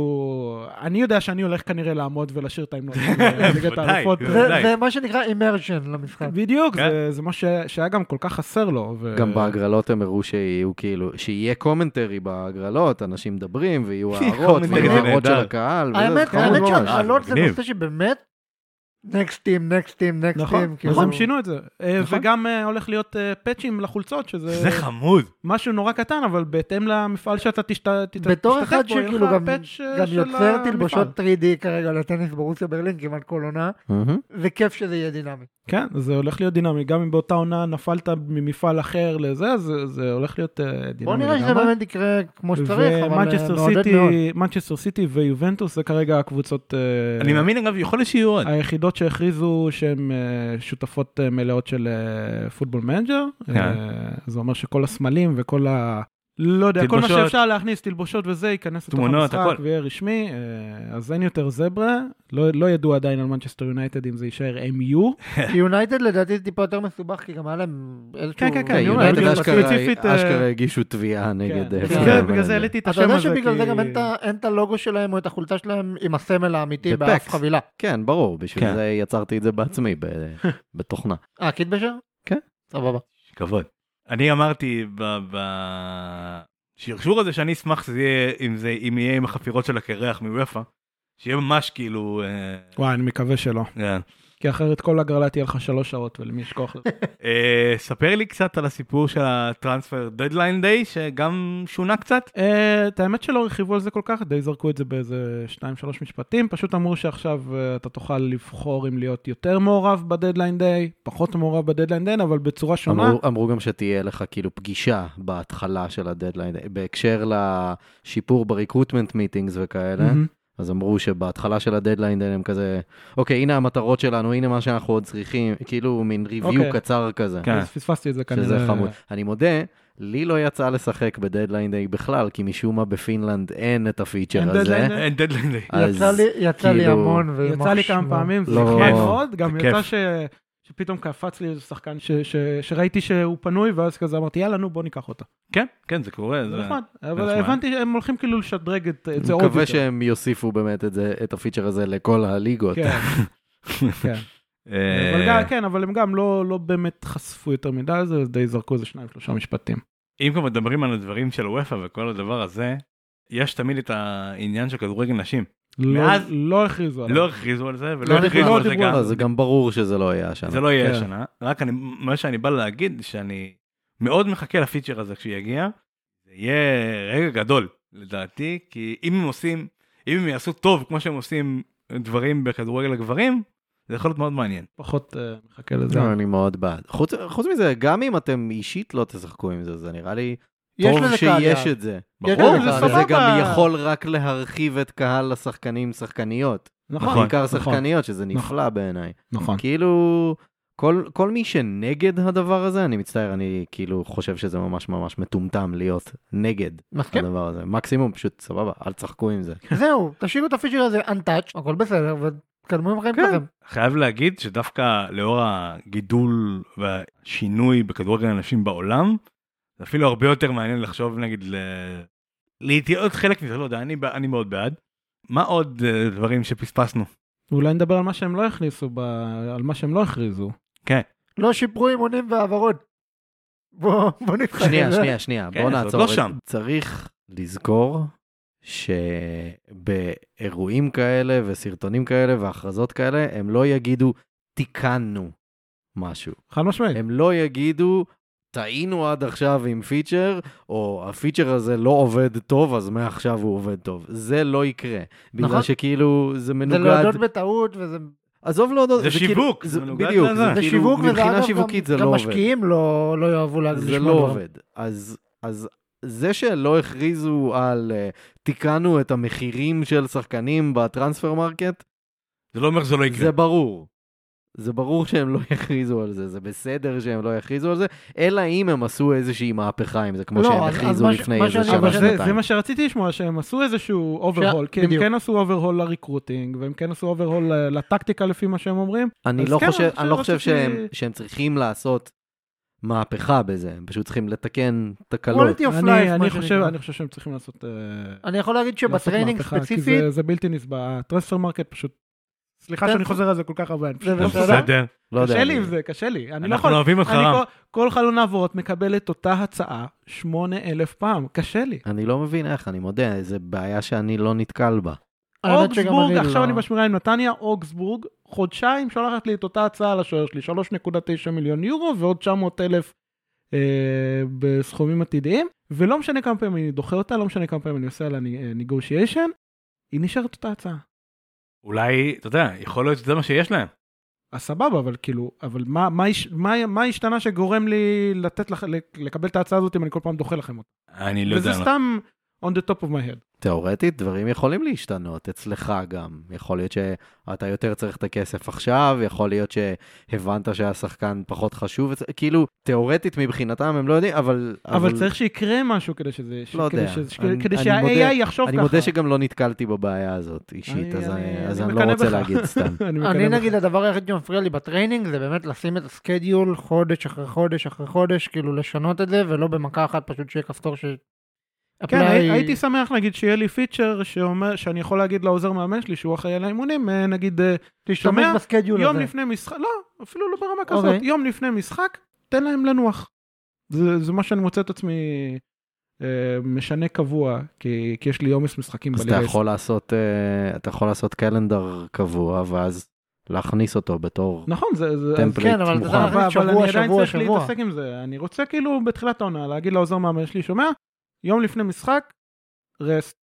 C: אני יודע שאני הולך כנראה לעמוד ולשיר את ההמנון של אה, ליגת
A: ודאי.
C: האלופות.
B: זה-
A: די.
B: אה, זה מה שנקרא אימרשן למשחק.
C: בדיוק,
A: כן.
C: זה- זה מה ש- שהיה גם כל כך חסר לו. ו-
D: גם בהגרלות הם הראו שיהיו כאילו, שיהיה קומנטרי בהגרלות, אנשים מדברים ויהיו
A: שיהיה
D: הערות,
A: commentary,
D: ויהיו
A: זה
D: הערות של
A: נהדר.
D: הקהל. וזה, זה
B: האמת,
D: חמוד
B: האמת
D: ממש.
C: אה,
B: שהגרלות זה
A: מגניב.
B: נושא שבאמת, נקסט טים, נקסט טים, נקסט
C: נכון,
B: טים.
C: אז הם שינו את זה. אה,
D: נכון.
C: וגם אה, הולך להיות אה, פאצ'ים לחולצות, שזה
A: זה חמוד.
C: משהו נורא קטן, אבל בהתאם למפעל שאתה תשת- תת- תשתתף בו,
B: בתור אחד
C: יהיה
B: שכאילו
C: לך
B: גם
C: פאץ' אה,
B: גם
C: של
B: יוצר
C: המפעל.
B: תלבושות 3D כרגע לטניס ברוסיה ברלין כמעט כל עונה,
D: מהמם.
B: זה כיף שזה יהיה דינמי.
C: כן, זה הולך להיות דינמי, גם אם באותה עונה נפלת ממפעל אחר לזה, אז זה- זה הולך להיות אה, דינמי
B: בוא נראה שזה באמת יקרה כמו שצריך, אבל אה,
C: ומנצ'סטר
B: מעודד
C: סיטי-
B: מאוד.
C: מנצ'סטר סיטי ויובנטוס זה כרגע הקבוצות אה,
A: אני מאמין, אגב, יכול להיות שיהיו עוד.
C: היחידות שהכריזו שהן אה, שותפות אה, מלאות של אה, פוטבול מנג'ר.
A: כן.
C: אה, זה אומר שכל הסמלים וכל ה... לא יודע, כל מה
A: תלבושות.
C: שאפשר להכניס, תלבושות וזה, ייכנס לתוך
A: תמונות,
C: המשחק
A: הכל.
C: ויהיה רשמי. אה, אז אין יותר זברה, לא לא ידוע עדיין על מנצ'סטר יונייטד אם זה יישאר MU.
B: יונייטד לדעתי זה טיפה יותר מסובך, כי גם היה להם איזשהו... לא
C: כן, כן,
D: כן,
C: אני אומר,
D: יונייטד
C: בגלל
D: אשכרה-
C: ספציפית, אה,
D: אשכרה הגישו תביעה נגד...
C: כן.
D: אה,
B: כן,
D: פוטבול
C: בגלל
D: מנג'ר.
C: זה העליתי את
B: אתה
C: השם
B: יודע
C: הזה,
B: שבגלל זה
C: כי-
B: גם אין את ה- אין את הלוגו שלהם או את החולצה שלהם עם הסמל האמיתי
D: The
B: באף
D: packs.
B: חבילה.
D: כן, ברור, בשביל
A: כן.
D: זה יצרתי את זה בעצמי, ב- בתוכנה.
B: אה, קיטבשר?
D: כן.
B: סבבה.
A: כבוד. אני אמרתי ב- בשרשור הזה שאני אשמח שזה יהיה, אם זה, אם יהיה עם החפירות של הקרח מוופא, שיהיה ממש כאילו... אה,
C: וואי, אני מקווה שלא.
A: כן.
C: כי אחרת כל הגרלה תהיה לך שלוש שעות ולמי יש כוח לזה.
A: אה, ספר לי קצת על הסיפור של הטרנספר דדליין דיי, שגם שונה קצת.
C: אה, את האמת שלא הרחיבו על זה כל כך, די זרקו את זה באיזה 2-3 משפטים, פשוט אמרו שעכשיו אה, אתה תוכל לבחור אם להיות יותר מעורב בדדליין דיי, פחות מעורב בדדליין דיי, אבל בצורה שונה.
D: אמרו, אמרו גם שתהיה לך כאילו פגישה בהתחלה של הדדליין, בהקשר לשיפור בריקרוטמנט מיטינגס וכאלה,
C: מהמם.
D: אז אמרו שבהתחלה של הדדליין הם כזה, אוקיי, הנה המטרות שלנו, הנה מה שאנחנו עוד צריכים, כאילו מין ריוויו
C: אוקיי.
D: קצר כזה.
A: כן.
C: אז פספסתי את זה כנראה. אה.
D: שזה חמוד. אני מודה, לי לא יצא לשחק בדדליין דיי בכלל, כי משום מה בפינלנד אין את
C: אין
D: הפיצ'ר
C: deadline
D: הזה.
C: day?
A: אין דדליין דיי.
D: אז
B: יצא לי- יצא לי
D: כאילו,
B: המון. ויימח
C: יצא לי
B: שמו.
C: כמה פעמים, זה
D: לא.
C: נחמד
A: כיף.
C: מאוד, גם
A: זה
C: יצא
A: כיף.
C: ש... שפתאום קפץ לי איזה שחקן ש... ש... שראיתי שהוא פנוי, ואז כזה אמרתי, יאללה, נו, בוא ניקח אותו.
A: כן, כן, זה קורה.
C: זה
A: זה-
C: נחמד, אבל
A: נחמד.
C: הבנתי שהם הולכים כאילו לשדרג את את זה
D: אני
C: עוד יותר.
D: מקווה שהם יוסיפו באמת את זה, את הפיצ'ר הזה לכל הליגות.
C: כן, כן.
A: אה,
C: אבל גם- כן, אבל הם גם לא לא באמת חשפו יותר מדי על זה, אז די זרקו איזה שניים, שלושה משפטים.
A: אם כבר מדברים על הדברים של וופא וכל הדבר הזה, יש תמיד את העניין של כדורגל נשים.
C: לא-
A: ואז-
C: לא הכריזו עליו.
A: לא הכריזו על זה, ולא
C: לא
A: הכריזו
C: דיברו-
A: על זה
C: דיברו
A: גם.
C: על
D: אז זה גם ברור שזה לא יהיה השנה.
A: זה לא יהיה
C: כן.
A: השנה, רק אני, מה שאני בא להגיד, שאני מאוד מחכה לפיצ'ר הזה כשיגיע, זה יהיה רגע גדול, לדעתי, כי אם הם עושים, אם הם יעשו טוב כמו שהם עושים דברים בכדורגל הגברים, זה יכול להיות מאוד מעניין.
C: פחות אה, מחכה לזה.
D: לא, אני מאוד בעד. חוץ- חוץ מזה, גם אם אתם אישית לא תשחקו עם זה, זה נראה לי
B: יש
D: טוב
B: לזה קהל
D: שיש
B: יעד.
D: את זה.
B: כן,
A: ברור, זה
B: זה סבבה.
A: סבבה.
D: וזה גם יכול רק להרחיב את קהל השחקנים, שחקניות.
A: נכון,
D: בעיקר שחקניות, שזה נפלא בעיניי.
C: נכון.
D: כאילו, כל, כל מי שנגד הדבר הזה, אני מצטער, אני כאילו חושב שזה ממש ממש מטומטם להיות נגד
B: מסכים?
D: הדבר הזה. מקסימום, פשוט סבבה, אל תשחקו עם זה.
B: זהו, תשאירו את הפיצ'ר הזה untouched, הכל בסדר, ותקדמו עם החיים
C: כן.
B: שלכם.
A: חייב להגיד שדווקא לאור הגידול והשינוי בכדורגל הנשים בעולם, זה אפילו הרבה יותר מעניין לחשוב נגיד ל... להתהיות חלק מזה, לא יודע, אני, בע- אני מאוד בעד. מה עוד אה, דברים שפספסנו?
C: אולי נדבר על מה שהם לא הכניסו, ב- על מה שהם לא הכריזו.
B: לא שיפרו אימונים והעברות. בוא בוא נתחיל.
D: שנייה, שנייה, שנייה,
A: כן,
D: בואו
A: זה עוד
D: נעצור.
A: לא
D: את-
A: שם.
D: צריך לזכור שבאירועים כאלה וסרטונים כאלה והכרזות כאלה, הם לא יגידו, תיקנו משהו.
C: חד
A: כן.
C: משמעית.
D: הם לא יגידו, טעינו עד עכשיו עם פיצ'ר, או הפיצ'ר הזה לא עובד טוב, אז מעכשיו הוא עובד טוב. זה לא יקרה. בגלל
B: נכון.
D: שכאילו, זה
B: זה לא-
D: מנוגד...
B: להודות בטעות וזה
D: עזוב להודות.
A: זה שיווק,
D: כאילו,
A: זה מנוגד
D: בדיוק,
A: לזה.
D: זה
B: זה
D: כאילו,
B: שיווק, וזה אגב,
D: מבחינה
B: גם-
D: שיווקית זה
B: גם
D: לא עובד.
B: משקיעים לא לא יאהבו לה- לשמוע
D: זה לא
B: דברים.
D: עובד. אז, אז זה שלא הכריזו על אה, תיקנו את המחירים של שחקנים בטרנספר מרקט,
A: זה לא אומר שזה לא יקרה.
D: זה ברור. זה ברור שהם לא יכריזו על זה, זה בסדר שהם לא יכריזו על זה, אלא אם הם עשו איזושהי מהפכה עם זה, כמו
B: לא,
D: שהם
B: אז- אז
D: הכריזו
B: מה ש-
D: לפני
B: מה
D: איזה
B: שאני- אבל
D: שנה,
B: זה-
C: זה, זה
D: שנתיים.
C: מה שרציתי לשמוע, שהם עשו איזשהו אוברהול, כי הם
B: בדיוק.
C: כן עשו אוברהול לריקרוטינג, והם כן עשו אוברהול ל- לטקטיקה לפי מה שהם אומרים.
D: אני
C: אז
D: לא
C: כן,
D: חושב-
C: אני
D: אני לא
C: חושב
D: חושב
C: שרציתי-
D: שהם- שהם צריכים לעשות מהפכה בזה, הם פשוט צריכים לתקן תקלות.
B: Quality of life,
C: אני,
B: מה
C: אני, חושב,
B: שנקרא.
C: אני חושב שהם צריכים לעשות, אה,
B: אני יכול להגיד שבטריינינג
C: מהפכה, כי
B: ספציפית,
C: זה, זה בלתי נסבל, הטרנספר מרקט פשוט... סליחה
B: טרנספר-
C: שאני חוזר על זה כל כך הרבה, אני פשוט
B: זה
C: לא
B: בסדר.
C: מסוגל.
A: בסדר,
D: לא יודע.
C: קשה לי
D: אני-
C: עם זה, קשה לי. אני
A: אנחנו
C: לא יכול...
A: אוהבים אותך
C: אני
A: רם.
C: כל- כל חלון העברות מקבל את אותה הצעה 8,000 פעם, קשה לי.
D: אני לא מבין איך, אני מודה, זו בעיה שאני לא נתקל בה.
B: האמת שגם
C: אוגסבורג,
B: אני
C: עכשיו
B: לא-
C: אני בשמירה עם נתניה, אוגסבורג, חודשיים שולחת לי את אותה הצעה לשוער שלי, 3.9 מיליון יורו ועוד 900 אלף אה, בסכומים עתידיים, ולא משנה כמה פעמים אני דוחה אותה, לא משנה כמה פעמים אני עושה עליה ניגושיישן, היא נשארת אותה הצעה.
A: אולי, אתה יודע, יכול להיות שזה מה שיש להם.
C: אז סבבה, אבל כאילו, אבל מה, מה, הש- מה, מה השתנה שגורם לי לתת לכ, לקבל את ההצעה הזאת אם אני כל פעם דוחה לכם אותה?
A: אני לא יודע.
C: וזה
A: מה.
C: סתם on the top of my head.
D: תאורטית, דברים יכולים להשתנות, אצלך גם. יכול להיות שאתה יותר צריך את הכסף עכשיו, יכול להיות שהבנת שהשחקן פחות חשוב, אצ- כאילו, תאורטית מבחינתם הם לא יודעים, אבל...
C: אבל צריך שיקרה משהו כדי שזה... ש-
D: לא
C: כדי
D: יודע.
C: שזה-
D: אני-
C: כדי
D: אני
C: שה-AI
D: מודה-
C: יחשוב
D: אני
C: ככה.
D: מודה שגם לא נתקלתי בבעיה הזאת אישית,
C: אני-
D: אז
C: אני-
D: אני- אז
C: אני
D: אני לא
C: מקנא
D: רוצה
C: בך.
D: להגיד סתם.
B: אני
C: מקנא בך.
B: נגיד הדבר היחיד שמפריע לי בטריינינג זה באמת לשים את הסקדיול חודש אחרי חודש אחרי חודש, כאילו לשנות את זה ולא במכה אחת פשוט שיהיה כפתור ש...
C: כן,
B: apply-
C: הי- הייתי שמח נגיד שיהיה לי פיצ'ר שאומר, שאני יכול להגיד לעוזר מאמן שלי שהוא אחראי על האימונים, אה, נגיד אה,
B: תשתמש
C: שומע?
B: בסקדיול הזה.
C: יום לפני משחק, לא, אפילו לא ברמה כזאת,
B: אוקיי.
C: יום לפני משחק, תן להם לנוח. זה זה מה שאני מוצא את עצמי אה, משנה קבוע, כי כי יש לי עומס משחקים
D: אז אתה
C: בליגה.
D: יכול לעשות, אה, אתה יכול לעשות קלנדר קבוע, ואז להכניס אותו בתור...
C: נכון, זה... זה- אז-
D: טמפלייט
B: כן, אבל אתה
D: מוכן.
B: יודע,
C: אבל
B: שבוע,
C: אבל אני עדיין
B: שבוע,
C: צריך
B: שבוע.
C: להתעסק עם זה. אני רוצה כאילו בתחילת העונה להגיד לעוזר מאמן שלי, שומע? יום לפני משחק, רסט.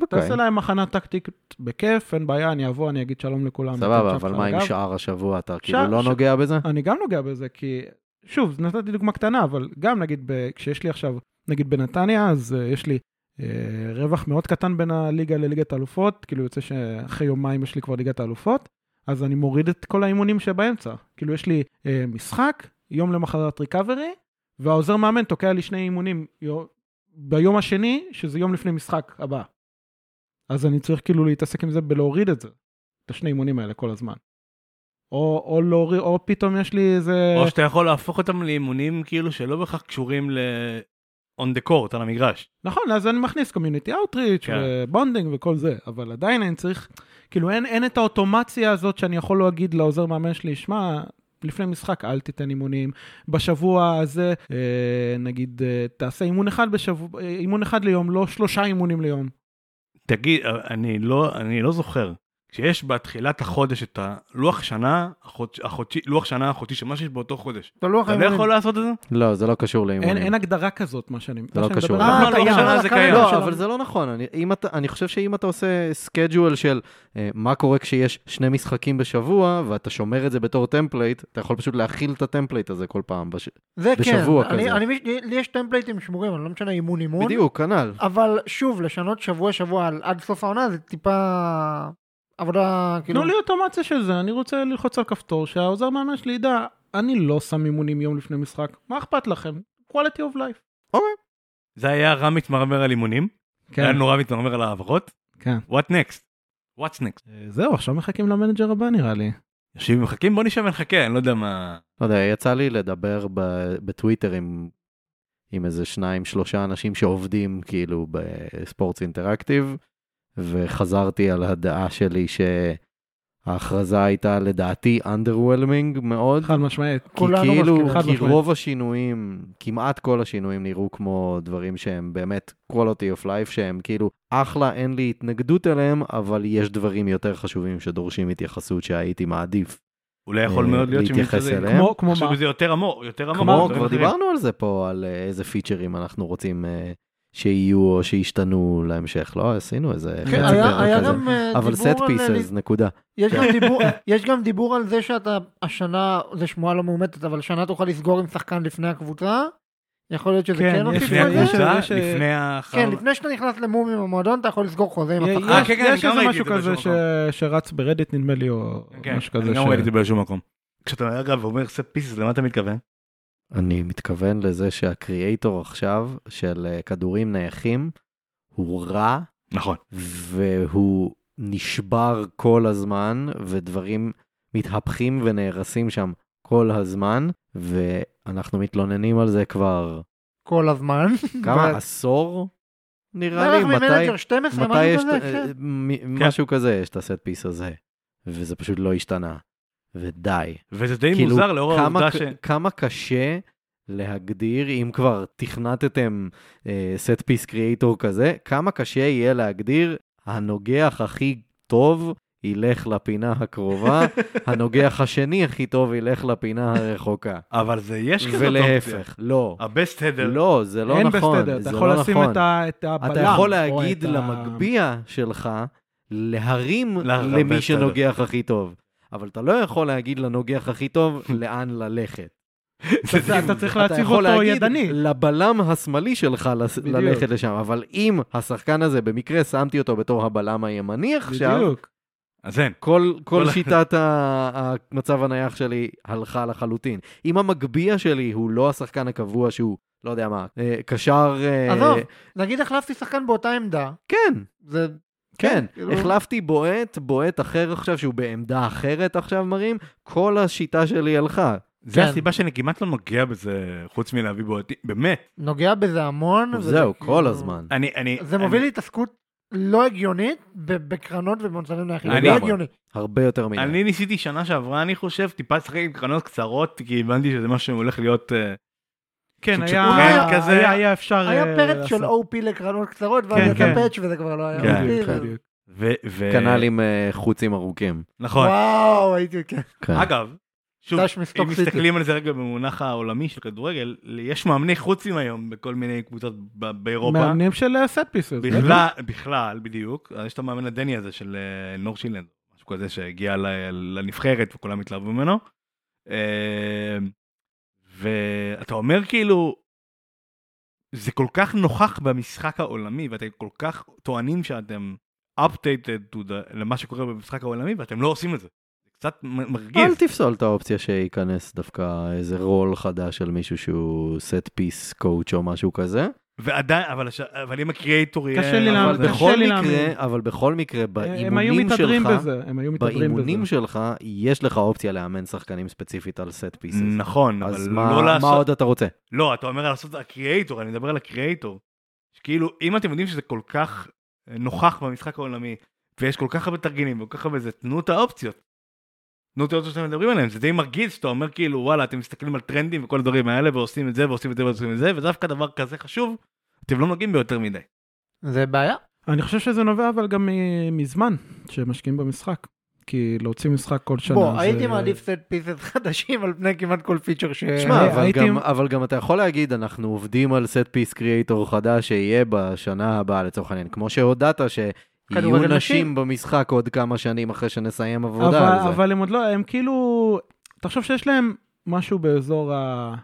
D: אוקיי,
C: תעשה להם הכנה טקטית בכיף, אין בעיה, אני אבוא, אני אגיד שלום לכולם.
D: סבבה,
C: אתם
D: אבל
C: שם
D: מה עם
C: נכון, אגב.
D: שאר השבוע? אתה כאילו
C: שע-
D: לא
C: ש-
D: נוגע בזה?
C: אני גם נוגע בזה, כי, שוב, נתתי דוגמה קטנה, אבל גם נגיד, ב... כשיש לי עכשיו, נגיד בנתניה, אז uh, יש לי uh, רווח מאוד קטן בין הליגה לליגת האלופות, כאילו יוצא שאחרי יומיים יש לי כבר ליגת האלופות, אז אני מוריד את כל האימונים שבאמצע. כאילו יש לי uh, משחק, יום למחרת ריקאברי, והעוזר מאמן תוקע לי שני אימונים יו... ביום השני, שזה יום לפני משחק הבא. אז אני צריך כאילו להתעסק עם זה בלהוריד את זה, את השני אימונים האלה כל הזמן. או, או להוריד, או פתאום יש לי איזה...
A: או שאתה יכול להפוך אותם לאימונים כאילו שלא בהכרח קשורים ל... on the court, על המגרש.
C: נכון, אז אני מכניס קומיוניטי אאוטריץ'
A: כן.
C: ובונדינג וכל זה, אבל עדיין אני צריך, כאילו אין, אין את האוטומציה הזאת שאני יכול להגיד לעוזר מאמן שלי, שמע, לפני משחק אל תיתן אימונים, בשבוע הזה, אה, נגיד, אה, תעשה אימון אחד בשבוע, אה, אימון אחד ליום, לא שלושה אימונים ליום.
A: תגיד, אני לא, אני לא זוכר. כשיש בתחילת החודש את הלוח שנה, החודש, החודשי, לוח שנה החודשי, שמה שיש באותו חודש.
B: אתה לוח
A: אתה לא
B: האימונים.
A: יכול לעשות את זה?
D: לא, זה לא קשור
C: אין,
D: לאימונים.
C: אין הגדרה כזאת, מה שאני...
D: זה לא קשור.
B: אה,
A: לא,
B: אתה
A: לא,
B: מדבר
A: שנה
B: על
A: זה
B: הקלנדר
A: קיים.
B: שלנו.
D: לא, אבל זה לא נכון. אני, אם אתה, אני חושב שאם אתה עושה סקייג'ואל של אה, מה קורה כשיש שני משחקים בשבוע, ואתה שומר את זה בתור טמפלייט, אתה יכול פשוט להכיל את הטמפלייט הזה כל פעם. בש...
B: זה כן.
D: בשבוע
B: אני-
D: כזה.
B: אני- לי- לי יש טמפלייטים שמורים, אני לא משנה אימון אימון.
D: בדיוק, כנ"ל.
B: אבל שוב, לשנות שבוע שבוע על- עד סוף העונה זה טיפה עבודה, כאילו...
C: תנו לי אוטומציה של זה, אני רוצה ללחוץ על כפתור, שהעוזר מאמן שלי ידע, אני לא שם אימונים יום לפני משחק, מה אכפת לכם? quality of life.
A: זה היה רע מתמרמר על אימונים, היה נורא מתמרמר על העברות.
C: כן.
A: What next? What's next?
C: אה, זהו, עכשיו מחכים למנג'ר הבא נראה לי.
A: יושבים ומחכים? בוא נשב ונחכה, אני לא יודע מה...
D: לא יודע, יצא לי לדבר ב- בטוויטר עם, עם איזה שניים, שלושה אנשים שעובדים כאילו בספורטס אינטראקטיב, וחזרתי על הדעה שלי שההכרזה הייתה לדעתי underwhelming מאוד.
C: חד משמעית.
D: כי
B: כולנו
D: כאילו,
B: מסכימים, חד
D: כי
C: משמעית.
D: רוב השינויים, כמעט כל השינויים נראו כמו דברים שהם באמת quality of life, שהם כאילו אחלה, אין לי התנגדות אליהם, אבל יש דברים יותר חשובים שדורשים התייחסות שהייתי מעדיף.
A: אולי יכול
D: אה,
A: מאוד להיות
D: להתייחס
A: שמישהו כזה-
D: אליהם.
C: כמו כמו
A: חשוב
C: מה?
A: שזה יותר עמוק, יותר עמוק.
D: כמו,
A: דברים
D: כבר
A: אחרים.
D: דיברנו על זה פה, על אה, איזה פיצ'רים אנחנו רוצים אה, שיהיו או שישתנו להמשך, לא? עשינו איזה חצי
B: כן, היה היה
D: פרק כזה.
B: גם אה,
D: אבל
B: דיבור
D: set
B: על... אה,
D: pieces, נקודה.
B: יש גם דיבור- יש גם דיבור על זה שאתה השנה, זה שמועה לא מאומתת, אבל השנה תוכל לסגור עם שחקן לפני הקבוצה. יכול להיות שזה
C: כן,
B: כן
C: יש
B: הוסיף
A: לפני
C: יש-
B: לזה.
A: הקבוצה,
C: יש-
A: לפני החר...
B: כן, לפני שאתה נכנס למום עם המועדון, אתה יכול לסגור חוזה
D: אה,
B: עם
C: אה, יש-
A: כן,
B: השחקן.
A: כן,
C: יש
A: אני גם
C: איזה
A: ראיתי
C: משהו
A: את זה
C: כזה
A: באיזשהו
C: ש- שרץ ברדיט נדמה לי, או
A: כן,
C: משהו כזה.
A: אני גם
C: ש-
A: ראיתי את זה באיזשהו מקום. כשאתה אגב אומר set pieces, למה אתה מתכוון?
D: אני מתכוון לזה שהקריאייטור עכשיו של אה, כדורים נייחים הוא רע,
A: נכון.
D: והוא נשבר כל הזמן, ודברים מתהפכים ונהרסים שם כל הזמן, ואנחנו מתלוננים על זה כבר
B: כל הזמן.
D: כמה?
B: ו-
D: עשור? נראה לי,
B: בערך
D: מתי?
B: ממנג'ר 12,
D: מתי יש,
B: משהו כזה, כן.
D: אה, מ-
A: כן.
D: משהו כזה, יש את הסט פיס הזה, וזה פשוט לא השתנה, ודי.
A: וזה די מוזר לאור
D: כמה
A: העובדה
D: ק-
A: ש...
D: כמה קשה להגדיר, אם כבר תכנתתם אה, סט פיס קריאייטור כזה, כמה קשה יהיה להגדיר, הנוגח הכי טוב ילך לפינה הקרובה, הנוגח השני הכי טוב ילך לפינה הרחוקה.
A: אבל זה יש כזאת
D: ולהפך, לא.
A: הבסט הדר.
D: לא, זה לא
C: אין
D: נכון,
C: בסדר, אתה
D: זה
C: יכול
D: לא
C: לשים
D: נכון.
C: את ה- את הבלם.
D: אתה יכול
C: או
D: להגיד
C: את ה-
D: למגביה שלך להרים
A: להרבה
D: למי
A: בסדר.
D: שנוגח הכי טוב, אבל אתה לא יכול להגיד לנוגח הכי טוב לאן ללכת.
C: אתה- אתה צריך
D: אתה
C: להציב
D: יכול
C: אותו
D: להגיד
C: ידני.
D: לבלם השמאלי שלך לס-
C: בדיוק.
D: ללכת לשם, אבל אם השחקן הזה, במקרה שמתי אותו בתור הבלם הימני עכשיו,
C: בדיוק.
A: אז אין.
D: כל, כל
A: כל-
D: שיטת ה- המצב הנייח שלי הלכה לחלוטין. אם המגביה שלי הוא לא השחקן הקבוע שהוא, לא יודע מה, אה, קשר... אה,
B: עזוב, נגיד החלפתי שחקן באותה עמדה,
D: כן.
B: זה...
D: כן,
B: כאילו-
D: החלפתי בועט, בועט אחר עכשיו, שהוא בעמדה אחרת עכשיו מראים, כל השיטה שלי הלכה.
A: זה
B: כן.
A: הסיבה שאני כמעט לא נוגע בזה, חוץ מלהביא בועטים. באמת.
B: נוגע בזה המון.
C: לא
B: וזה
D: זהו,
B: כאילו-
D: כל הזמן.
A: אני, אני...
B: זה
A: אני-
B: מוביל להתעסקות לא הגיונית ב- בקרנות ובמצבים נייחים.
A: אני-
B: לא הגיוני.
D: הרבה יותר מדי.
A: אני ניסיתי שנה שעברה, אני חושב, טיפה לשחק עם קרנות קצרות, כי הבנתי שזה משהו שהולך להיות... אה,
C: כן,
A: סוג של
C: היה
A: טרנד
C: היה-
A: כן, כזה.
C: היה- היה אפשר...
B: היה
C: אה,
B: פרץ
C: לעשות.
B: של OP לקרנות קצרות,
C: כן,
B: ואז יצא
C: כן.
B: פאץ' וזה כבר לא היה
A: כן,
B: OP.
D: כן.
B: ו-
C: בדיוק.
A: ו... ו...
D: כנ"ל עם אה, חוצים ארוכים.
A: נכון.
B: וואו, הייתי, כן.
D: כן.
A: אגב, שוב,
B: דש מסטוק
A: אם
B: סיטי.
A: מסתכלים על זה רגע במונח העולמי של כדורגל, יש מאמני חוצים היום בכל מיני קבוצות ב- באירופה.
C: מאמנים של אה, סט פיסס.
A: בכלל, בכלל, בדיוק. אז יש את המאמן הדני הזה של אה, נור שילנד, משהו כזה שהגיע ל- לנבחרת וכולם התלהבו ממנו. אה, ואתה אומר כאילו, זה כל כך נוכח במשחק העולמי, ואתם כל כך טוענים שאתם updated to the, למה שקורה במשחק העולמי, ואתם לא עושים את זה. זה קצת מ-
D: אל
A: מרגיז.
D: תפסול את האופציה שייכנס דווקא איזה רול חדש של מישהו שהוא set piece coach או משהו כזה.
A: ועדיין, אבל, הש- אבל אם הקריאייטור יהיה...
C: קשה לי
A: אבל
C: להאמין,
D: אבל
C: קשה
A: בכל-
D: בכל
C: לי להאמין.
D: מקרה, אבל בכל מקרה,
C: הם היו
D: באימונים
C: מתהדרים
D: שלך,
C: בזה, הם היו מתהדרים
D: באימונים
C: בזה.
D: שלך, יש לך אופציה לאמן שחקנים ספציפית על set pieces.
C: Mm,
A: נכון, אבל
D: אז
A: לא
D: מה- מה
A: לעשות...
D: עוד אתה רוצה?
A: לא, אתה אומר לעשות את הקריאייטור, אני מדבר על הקריאייטור. שכאילו, אם אתם יודעים שזה כל כך נוכח במשחק העולמי, ויש כל כך הרבה תרגילים וכל כך הרבה זה, תנו את האופציות. תנו את האופציות שאתם מדברים עליהן, זה די מרגיז שאתה אומר כאילו, וואלה, אתם מסתכלים על טרנדים וכל הדברים האלה, ועושים את זה, ועושים את זה, ועושים את זה, ודווקא דבר כזה חשוב, אתם לא נוגעים בו יותר מדי.
B: זה בעיה.
C: אני חושב שזה נובע אבל גם מ- מזמן שמשקיעים במשחק. כי להוציא משחק כל שנה
B: בוא,
C: זה-
B: הייתי מעדיף סט פיסס חדשים על פני כמעט כל פיצ'ר ש...
D: תשמע,
C: אני
D: אבל,
C: הייתי-
D: גם- אבל גם אתה יכול להגיד, אנחנו עובדים על set piece קריאייטור חדש שיהיה בשנה הבאה לצורך העניין, כמו שהודעת שיהיו
B: כדורגל
D: נשים
B: נשים.
D: במשחק עוד כמה שנים אחרי שנסיים עבודה
C: אבל,
D: על זה.
C: אבל הם עוד לא, הם כאילו, תחשוב שיש להם משהו באזור ה...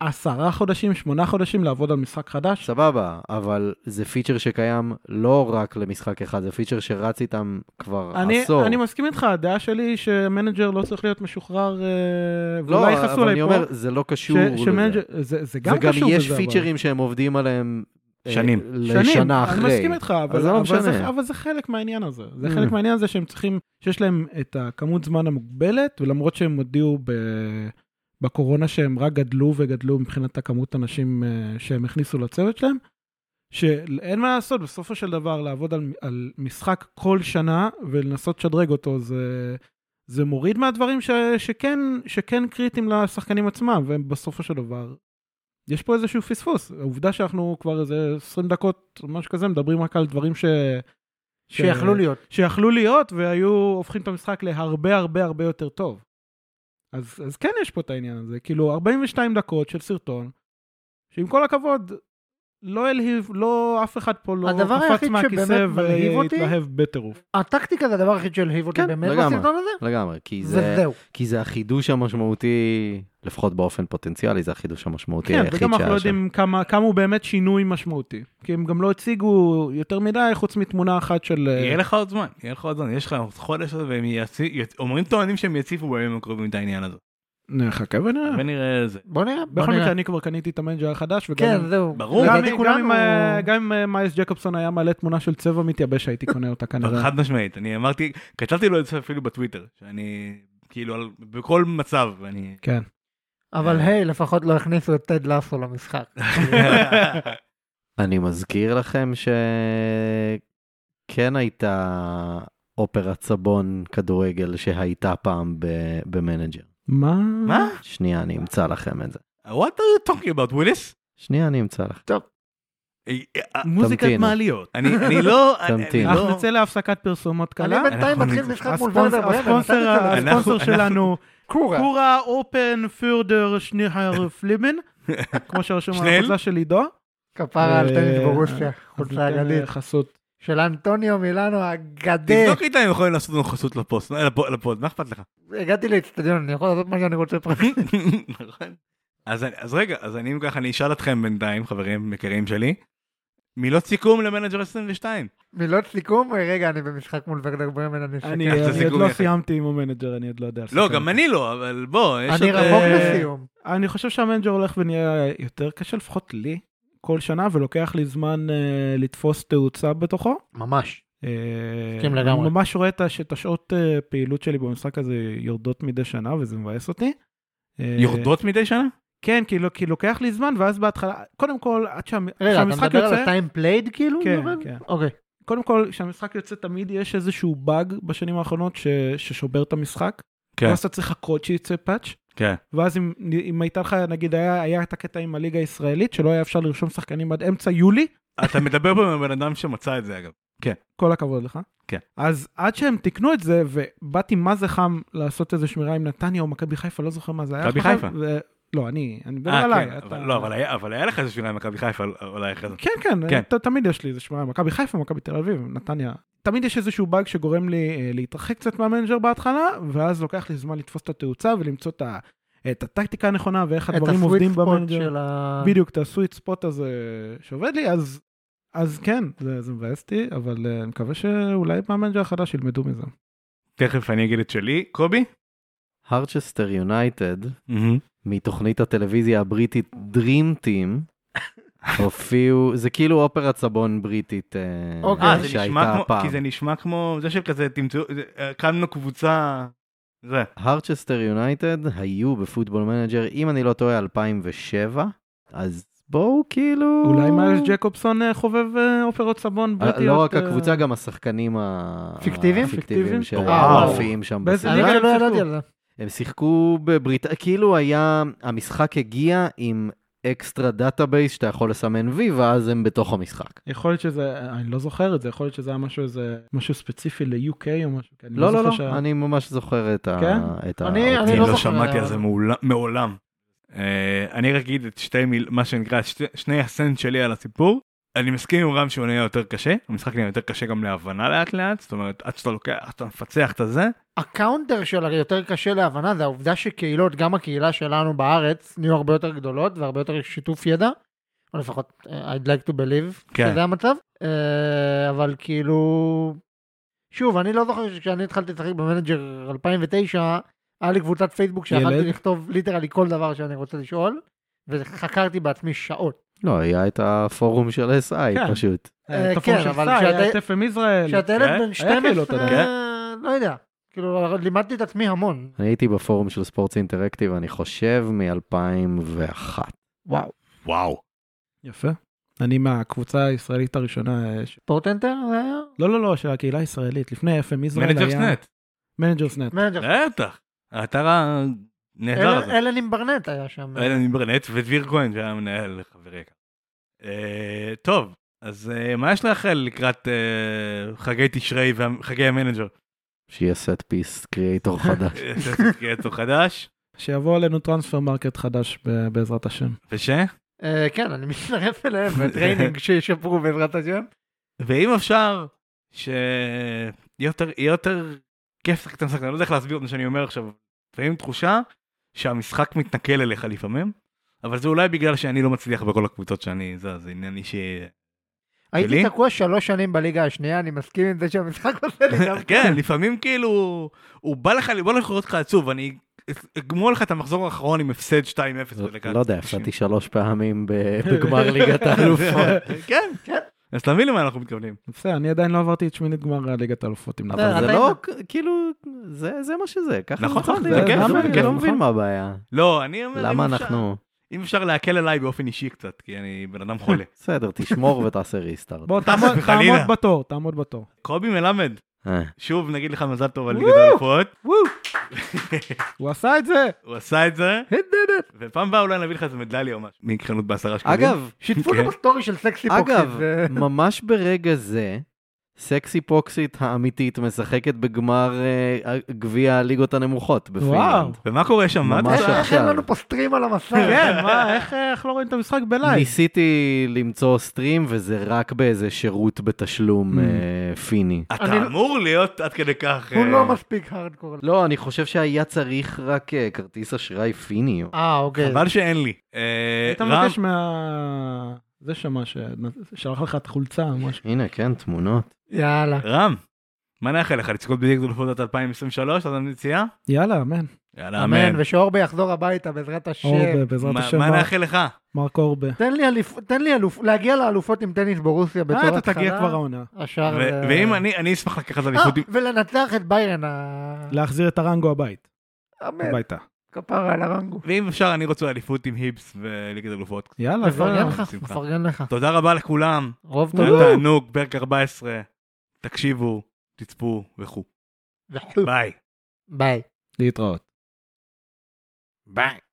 C: עשרה חודשים, שמונה חודשים לעבוד על משחק חדש.
D: סבבה, אבל זה פיצ'ר שקיים לא רק למשחק אחד, זה פיצ'ר שרץ איתם כבר
C: אני,
D: עשור.
C: אני מסכים איתך, הדעה שלי היא שמנג'ר לא צריך להיות משוחרר, אה,
D: לא,
C: ואולי יכעסו
D: אבל
C: עליי
D: אני
C: פה.
D: אומר, זה לא
C: ש-
D: קשור לזה.
C: שמנג'ר, זה, זה גם
D: וגם
C: קשור לזה.
D: יש
C: אבל.
D: פיצ'רים שהם עובדים עליהם אה,
A: שנים.
C: שנים,
D: לשנה אחרי.
C: אני מסכים איתך, אבל,
D: אז זה לא
C: אבל,
D: משנה.
C: זה, אבל זה חלק מהעניין הזה. זה
D: Mm.
C: חלק מהעניין הזה שהם צריכים, שיש להם את הכמות זמן המוגבלת, ולמרות שהם הודיעו ב... בקורונה שהם רק גדלו וגדלו מבחינת הכמות אנשים אה, שהם הכניסו לצוות שלהם, שאין מה לעשות, בסופו של דבר לעבוד על, על משחק כל שנה ולנסות לשדרג אותו, זה, זה מוריד מהדברים ש, שכן, שכן קריטיים לשחקנים עצמם, ובסופו של דבר יש פה איזשהו פספוס. העובדה שאנחנו כבר איזה 20 דקות, או משהו כזה, מדברים רק על דברים ש...
B: שיכלו
C: כן.
B: להיות.
C: שיכלו להיות והיו הופכים את המשחק להרבה הרבה הרבה יותר טוב. אז, אז כן יש פה את העניין הזה, כאילו 42 דקות של סרטון, שעם כל הכבוד, לא אלהיב, לא אף אחד פה לא
B: הדבר
C: קפץ
B: היחיד
C: מהכיסא
B: שבאמת מלהיב אותי-
C: והתלהב בטירוף.
B: הטקטיקה זה הדבר היחיד שהלהיב אותי
D: כן,
B: באמת
D: לגמרי.
B: בסרטון הזה,
D: לגמרי, כי זה,
B: וזהו.
D: כי זה החידוש המשמעותי, לפחות באופן פוטנציאלי, זה החידוש המשמעותי
C: כן,
D: היחיד
C: וגם אנחנו לא
D: שהיה שם.
C: יודעים כמה, כמה הוא באמת שינוי משמעותי. כי הם גם לא הציגו יותר מדי, חוץ מתמונה אחת של... אה,
A: יהיה לך עוד זמן, יהיה לך עוד זמן, יש לך עוד חודש הזה, והם יצי- יצ- אומרים טוענים שהם יציפו בימים הקרובים את העניין הזה.
C: נחכה ונראה.
A: ונראה איזה.
B: בוא נראה, בוא
C: בכל מקרה,
B: נראה.
C: אני כבר קניתי את המנג'ר החדש, וגם
B: כן, זהו.
A: ברור.
C: גם-
B: לדעתי
C: גם
B: כולנו-
C: אם, אה, גם אם אה, מייס ג'קובסון היה מעלה תמונה של צבע מתייבש, הייתי קונה אותה
A: אבל
C: כנראה.
A: חד משמעית, אני אמרתי, כתבתי לו את זה אפילו בטוויטר, שאני כאילו על- בכל מצב, אני...
C: כן.
B: אבל היי, לפחות לא הכניסו את טד לאסו למשחק.
D: אני מזכיר לכם שכן הייתה אופרת סבון כדורגל שהייתה פעם ב- במנג'ר.
C: מה?
A: מה?
D: שנייה, אני אמצא לכם את זה.
A: What are you talking about, וויליס?
D: שנייה, אני אמצא לכם.
A: מוזיקת
D: תמתינו.
A: מעליות. אני אני לא... אני- אני
D: תמתינו.
A: לא-
C: אנחנו אה, נצא להפסקת פרסומות
B: אני
C: קלה.
B: בינתיים
A: אנחנו
B: מתחיל
A: נצא-
B: משחק מול
C: הספונסר-
B: ורדר ברמן,
C: הספונסר
B: נתתי את זה
A: אנחנו-
C: הספונסר
A: אנחנו-
C: שלנו,
B: לקורה.
C: קורה אופן פיורדר שניהר פלימן, כמו שרשום על
A: שניהם?
C: החולצה של עידו.
B: כפרה על
C: אה,
B: טניס ברוסיה,
C: אז
B: חולצה
C: ניתן, אה,
B: הגלית.
C: חסות.
B: של אנטוניו מילאנו הגדל.
A: תבדוק איתם אם יכולים לעשות לנו חסות לפוסט, לפו- לפוד, מה אכפת לך?
B: הגעתי לאצטדיון, אני יכול לעשות מה שאני רוצה פה.
A: נכון. אז אני- אז רגע, אז אני אם ככה, אני אשאל אתכם בינתיים, חברים יקרים שלי, מילות סיכום למנג'ר 22.
B: מילות סיכום, אה, רגע, אני במשחק מול ורדר ברמן, אני
C: אני
A: זה
B: שקט.
C: אני עוד
A: סיכום
C: לא
A: יחיד.
C: סיימתי עם המנג'ר, אני עוד לא יודע.
A: לא,
C: לסכם.
A: גם אני לא, אבל בוא, יש
B: אני
A: עוד...
B: רחוק
A: אה,
B: לסיום.
C: אני חושב שהמנג'ר הולך ונהיה יותר קשה, לפחות לי, כל שנה, ולוקח לי זמן אה, לתפוס תאוצה בתוכו.
B: ממש.
C: אה,
B: מסכים לגמרי.
C: אני ממש רואה את הש- את השעות אה, פעילות שלי במשחק הזה יורדות מדי שנה, וזה מבאס אותי. אה,
A: יורדות מדי שנה?
C: כן, כי לא- כי לוקח לי זמן, ואז בהתחלה, קודם כל, עד שה-
B: רגע, אתה
C: כשהמשחק
B: מדבר על
C: יוצא,
B: הטיים פלייד כאילו?
C: כן,
B: יובל?
C: כן.
B: אוקיי.
C: קודם כל, כשהמשחק יוצא תמיד יש איזשהו באג בשנים האחרונות ש- ששובר את המשחק.
A: כן.
C: ואז אתה צריך לחכות שיצא פאץ'.
A: כן.
C: ואז אם, אם הייתה לך, נגיד, היה, היה את הקטע עם הליגה הישראלית, שלא היה אפשר לרשום שחקנים עד אמצע יולי,
A: אתה מדבר פה עם הבן אדם שמצא את זה, אגב. כן.
C: כל הכבוד לך.
A: כן.
C: אז עד שהם תיקנו את זה, ובאתי מה זה חם לעשות איזה שמירה עם נתניה או מכבי חיפה, לא זוכר מה זה היה.
A: מכבי
C: חם,
A: חיפה.
C: ו- לא, אני, אני מדבר
A: אה,
C: עליי.
A: כן,
C: אתה-
A: אבל- לא, אבל היה- אבל היה לך איזה שמירה עם מכבי חיפה אולי אחרי זה.
C: כן, כן,
A: כן.
C: ת, תמיד יש לי איזה שמירה, מכבי חיפה, מכבי תל אביב, נתניה. תמיד יש איזשהו באג שגורם לי אה, להתרחק קצת מהמנג'ר בהתחלה, ואז לוקח לי זמן לתפוס את התאוצה ולמצוא את, ה, את הטקטיקה הנכונה ואיך
B: את
C: הדברים
B: הסוויט
C: עובדים
B: ספוט
C: במנג'ר.
B: של ה...
D: אה.
C: בדיוק, את הסוויט ספוט הזה שעובד לי, אז, אז כן, זה, זה מבאס אותי, אבל אה, אני מקווה שאולי מהמנג'ר החדש ילמדו מזה.
A: תכף אני אגיד את שלי. קובי?
D: הרצ'סטר יונייטד, מתוכנית הטלוויזיה הבריטית Dream Team, הופיעו, זה כאילו אופרת סבון בריטית אה,
B: אוקיי.
A: אה, זה נשמע
D: שהייתה
A: כמו,
D: פעם.
A: כי זה נשמע כמו, זה שכזה תמצאו, זה, אה, הקמנו קבוצה, זה.
D: הרצ'סטר יונייטד היו בפוטבול מנג'ר, אם אני לא טועה, 2007, אז בואו כאילו...
C: אולי מיילס ג'קובסון אה, חובב אה, אופרות סבון
D: אה,
C: בריטיות.
D: לא רק
C: אה,
D: הקבוצה, גם השחקנים ה-
B: פיקטיביים?
D: הפיקטיביים
C: פיקטיביים?
D: שהיו
A: וואו.
D: מופיעים שם
C: באיזה
B: אני
D: בסדרה.
C: ליגה?
B: לא ידעתי על
C: הם שיחקו.
B: זה.
D: הם שיחקו בבריטניה, כאילו היה, המשחק הגיע עם אקסטרה דאטאבייס שאתה יכול לסמן וי, ואז הם בתוך המשחק.
C: יכול להיות שזה, אה, אני לא זוכר את זה, יכול להיות שזה היה משהו, איזה, משהו ספציפי ל-UK או משהו. כי אני
D: לא, לא,
C: זוכר
D: לא,
C: שה-
D: אני ממש זוכר את ה... אוקיי.
C: כן?
D: את
B: אני-
A: אני
D: האופציה.
A: לא
B: זוכר,
A: שמעתי
B: אבל-
A: על זה מעול- מעולם. אה, אני רק אגיד את שתי מיל, מה שנקרא, שתי- שני הסנט שלי על הסיפור. אני מסכים עם רם שהוא נהיה יותר קשה, המשחק נהיה יותר קשה גם להבנה לאט לאט, זאת אומרת, עד שאתה לוקח, עד שאתה מפצח את הזה,
B: הקאונטר שלה יותר קשה להבנה, זה העובדה שקהילות, גם הקהילה שלנו בארץ, נהיו הרבה יותר גדולות והרבה יותר שיתוף ידע, או לפחות אה, I'd like to believe
A: כן.
B: שזה המצב, אה, אבל כאילו, שוב, אני לא זוכר שכשאני התחלתי לשחק במנג'ר 2009, היה לי קבוצת פייסבוק שיכלתי
C: ילד.
B: לכתוב ליטרלי כל דבר שאני רוצה לשאול, וחקרתי בעצמי שעות.
D: לא, היה את הפורום של SI
C: כן.
D: פשוט.
C: אה,
B: אה,
C: את הפורום
B: כן,
C: של
B: אבל
C: סער,
B: כשאתה-
C: היה את FM ישראל.
B: כשאתה ילד
A: כן.
B: בן
C: היה קהילות
B: 12,
A: עדיין.
B: לא יודע, כאילו, לימדתי את עצמי המון.
D: אני הייתי בפורום של ספורטס אינטראקטיב, אני חושב, מ-2001.
C: וואו.
A: וואו.
C: יפה. אני מהקבוצה הישראלית הראשונה. אה, ש-
B: פורטנטר זה היה?
C: לא, לא, לא, של הקהילה הישראלית. לפני FM ישראל היה...
A: מנג'ר סנט,
C: מנג'רס נט.
B: מנג'ר
A: בטח. האתר הנהדר הזה.
B: אלן אלן עם ברנט היה שם.
A: אלן אימברנט ודביר כהן שהיה מנהל חברי יקר. אה, טוב, אז אה, מה יש לאחל לקראת אה, חגי תשרי וחגי המנג'ר?
D: שיהיה סט פיס קריאייטור חדש.
A: אה, קריאטו חדש,
C: שיבוא עלינו טרנספר מרקט חדש ב- בעזרת השם.
A: וש?
B: אה, כן, אני מצטרף אליהם, וטריינינג שישפרו בעזרת השם.
A: ואם אפשר, שיהיה יותר, יהיה יותר כיף לשחק את המשחק, אני לא יודע איך להסביר את מה שאני אומר עכשיו, לפעמים תחושה שהמשחק מתנכל אליך לפעמים, אבל זה אולי בגלל שאני לא מצליח בכל הקבוצות שאני, זה, זה עניין אישי.
B: הייתי
A: שלי?
B: תקוע שלוש שנים בליגה השנייה, אני מסכים עם זה שהמשחק עושה לי גם.
A: כן, לפעמים כאילו, הוא בא לך, בוא לקרוא אותך עצוב, אני אגמור לך את המחזור האחרון עם הפסד 2-0 בדקה.
D: לא יודע,
A: 90.
D: הפסדתי שלוש פעמים ב- בגמר ליגת האלופות.
A: כן, כן. אז אתה מבין למה אנחנו מתכוונים.
C: בסדר, אני עדיין לא עברתי את שמינית גמר ליגת האלופות עם
B: בסדר,
C: נאבל.
D: אבל זה
B: אתה-
D: לא, כאילו, זה זה מה שזה, ככה
A: נכון,
D: משחקים.
A: זה
C: כיף,
D: למה
C: זה
D: אני
C: כיף,
D: לא מבין
C: נכון.
D: מה הבעיה.
A: לא, אני אומר, אם
D: למה
A: אפשר-
D: אנחנו...
A: אם אפשר להקל עליי באופן אישי קצת, כי אני בן אדם חולה.
D: בסדר, תשמור ותעשה ריסטארט.
C: בוא, תעמוד
A: וחלילה.
C: תעמוד בתור, תעמוד בתור.
A: קובי מלמד,
D: אה,
A: שוב נגיד לך מזל טוב על ליגת האלופות,
C: הוא עשה את זה!
A: הוא עשה את זה,
B: He did it.
A: ופעם הבאה אולי נביא לך איזה מדליה או משהו. מקרנות בעשרה שקלים.
D: אגב,
B: שיתפו
A: כן.
B: לו בסטורי של סקסי פוקסי.
D: אגב,
B: זה-
D: ממש ברגע זה, סקסי פוקסית האמיתית משחקת בגמר אה, גביע הליגות הנמוכות
C: וואו.
D: בפינלנד.
A: ומה קורה שם? מה אתה-
D: ממש לא.
B: איך- איך אין
D: עכשיו.
B: לנו פה סטרים על המסך?
C: כן, מה, איך איך לא רואים את המשחק בלייב?
D: ניסיתי למצוא סטרים וזה רק באיזה שירות בתשלום
C: Mm.
D: אה, פיני.
B: אני
A: אתה
B: לא-
A: אמור להיות עד כדי כך...
B: הוא
A: אה,
B: לא מספיק הארדקור.
D: לא, אני חושב שהיה צריך רק אה, כרטיס אשראי פיני.
B: אה, אוקיי.
A: חבל שאין לי. אה,
C: היית
A: רם,
C: מבקש מה... זה שמה ששלח לך את החולצה או משהו.
D: הנה, כן, תמונות.
B: יאללה.
A: רם, מה נאחל לך? לזכות בליגת האלופות עד 2023? עד המציאה?
C: יאללה, אמן.
A: יאללה, אמן.
B: אמן, ושאורבה יחזור הביתה בעזרת השם.
C: אורבה, בעזרת
A: מה-
C: השם, לא. אה,
A: מה
C: מר-
A: נאחל לך?
C: מרק אורבה.
B: תן לי אלופ... תן לי אלופ... להגיע לאלופות עם טניס ברוסיה בתור
C: אה,
B: התחלה.
C: אתה תגיע כבר העונה.
B: השאר...
A: ו-
B: זה-
A: ואם אני, אני אשמח לקחת
B: אה,
A: אליפות. עם-
B: ולנצח את ביירן. ה-
C: להחזיר את הרנגו הבית.
B: אמן.
C: הביתה.
B: כפרה על הרנגו.
A: ואם אפשר, אני רוצה אליפות עם היבס וליגת אלופות.
C: יאללה,
B: מפרגן
C: יאללה.
B: לך,
A: בשמחה.
B: מפרגן לך.
A: תודה רבה לכולם.
B: רוב
A: היה
B: טוב.
A: תענוג, פרק 14. תקשיבו, תצפו וכו'. ביי.
B: ביי.
C: להתראות.
D: ביי.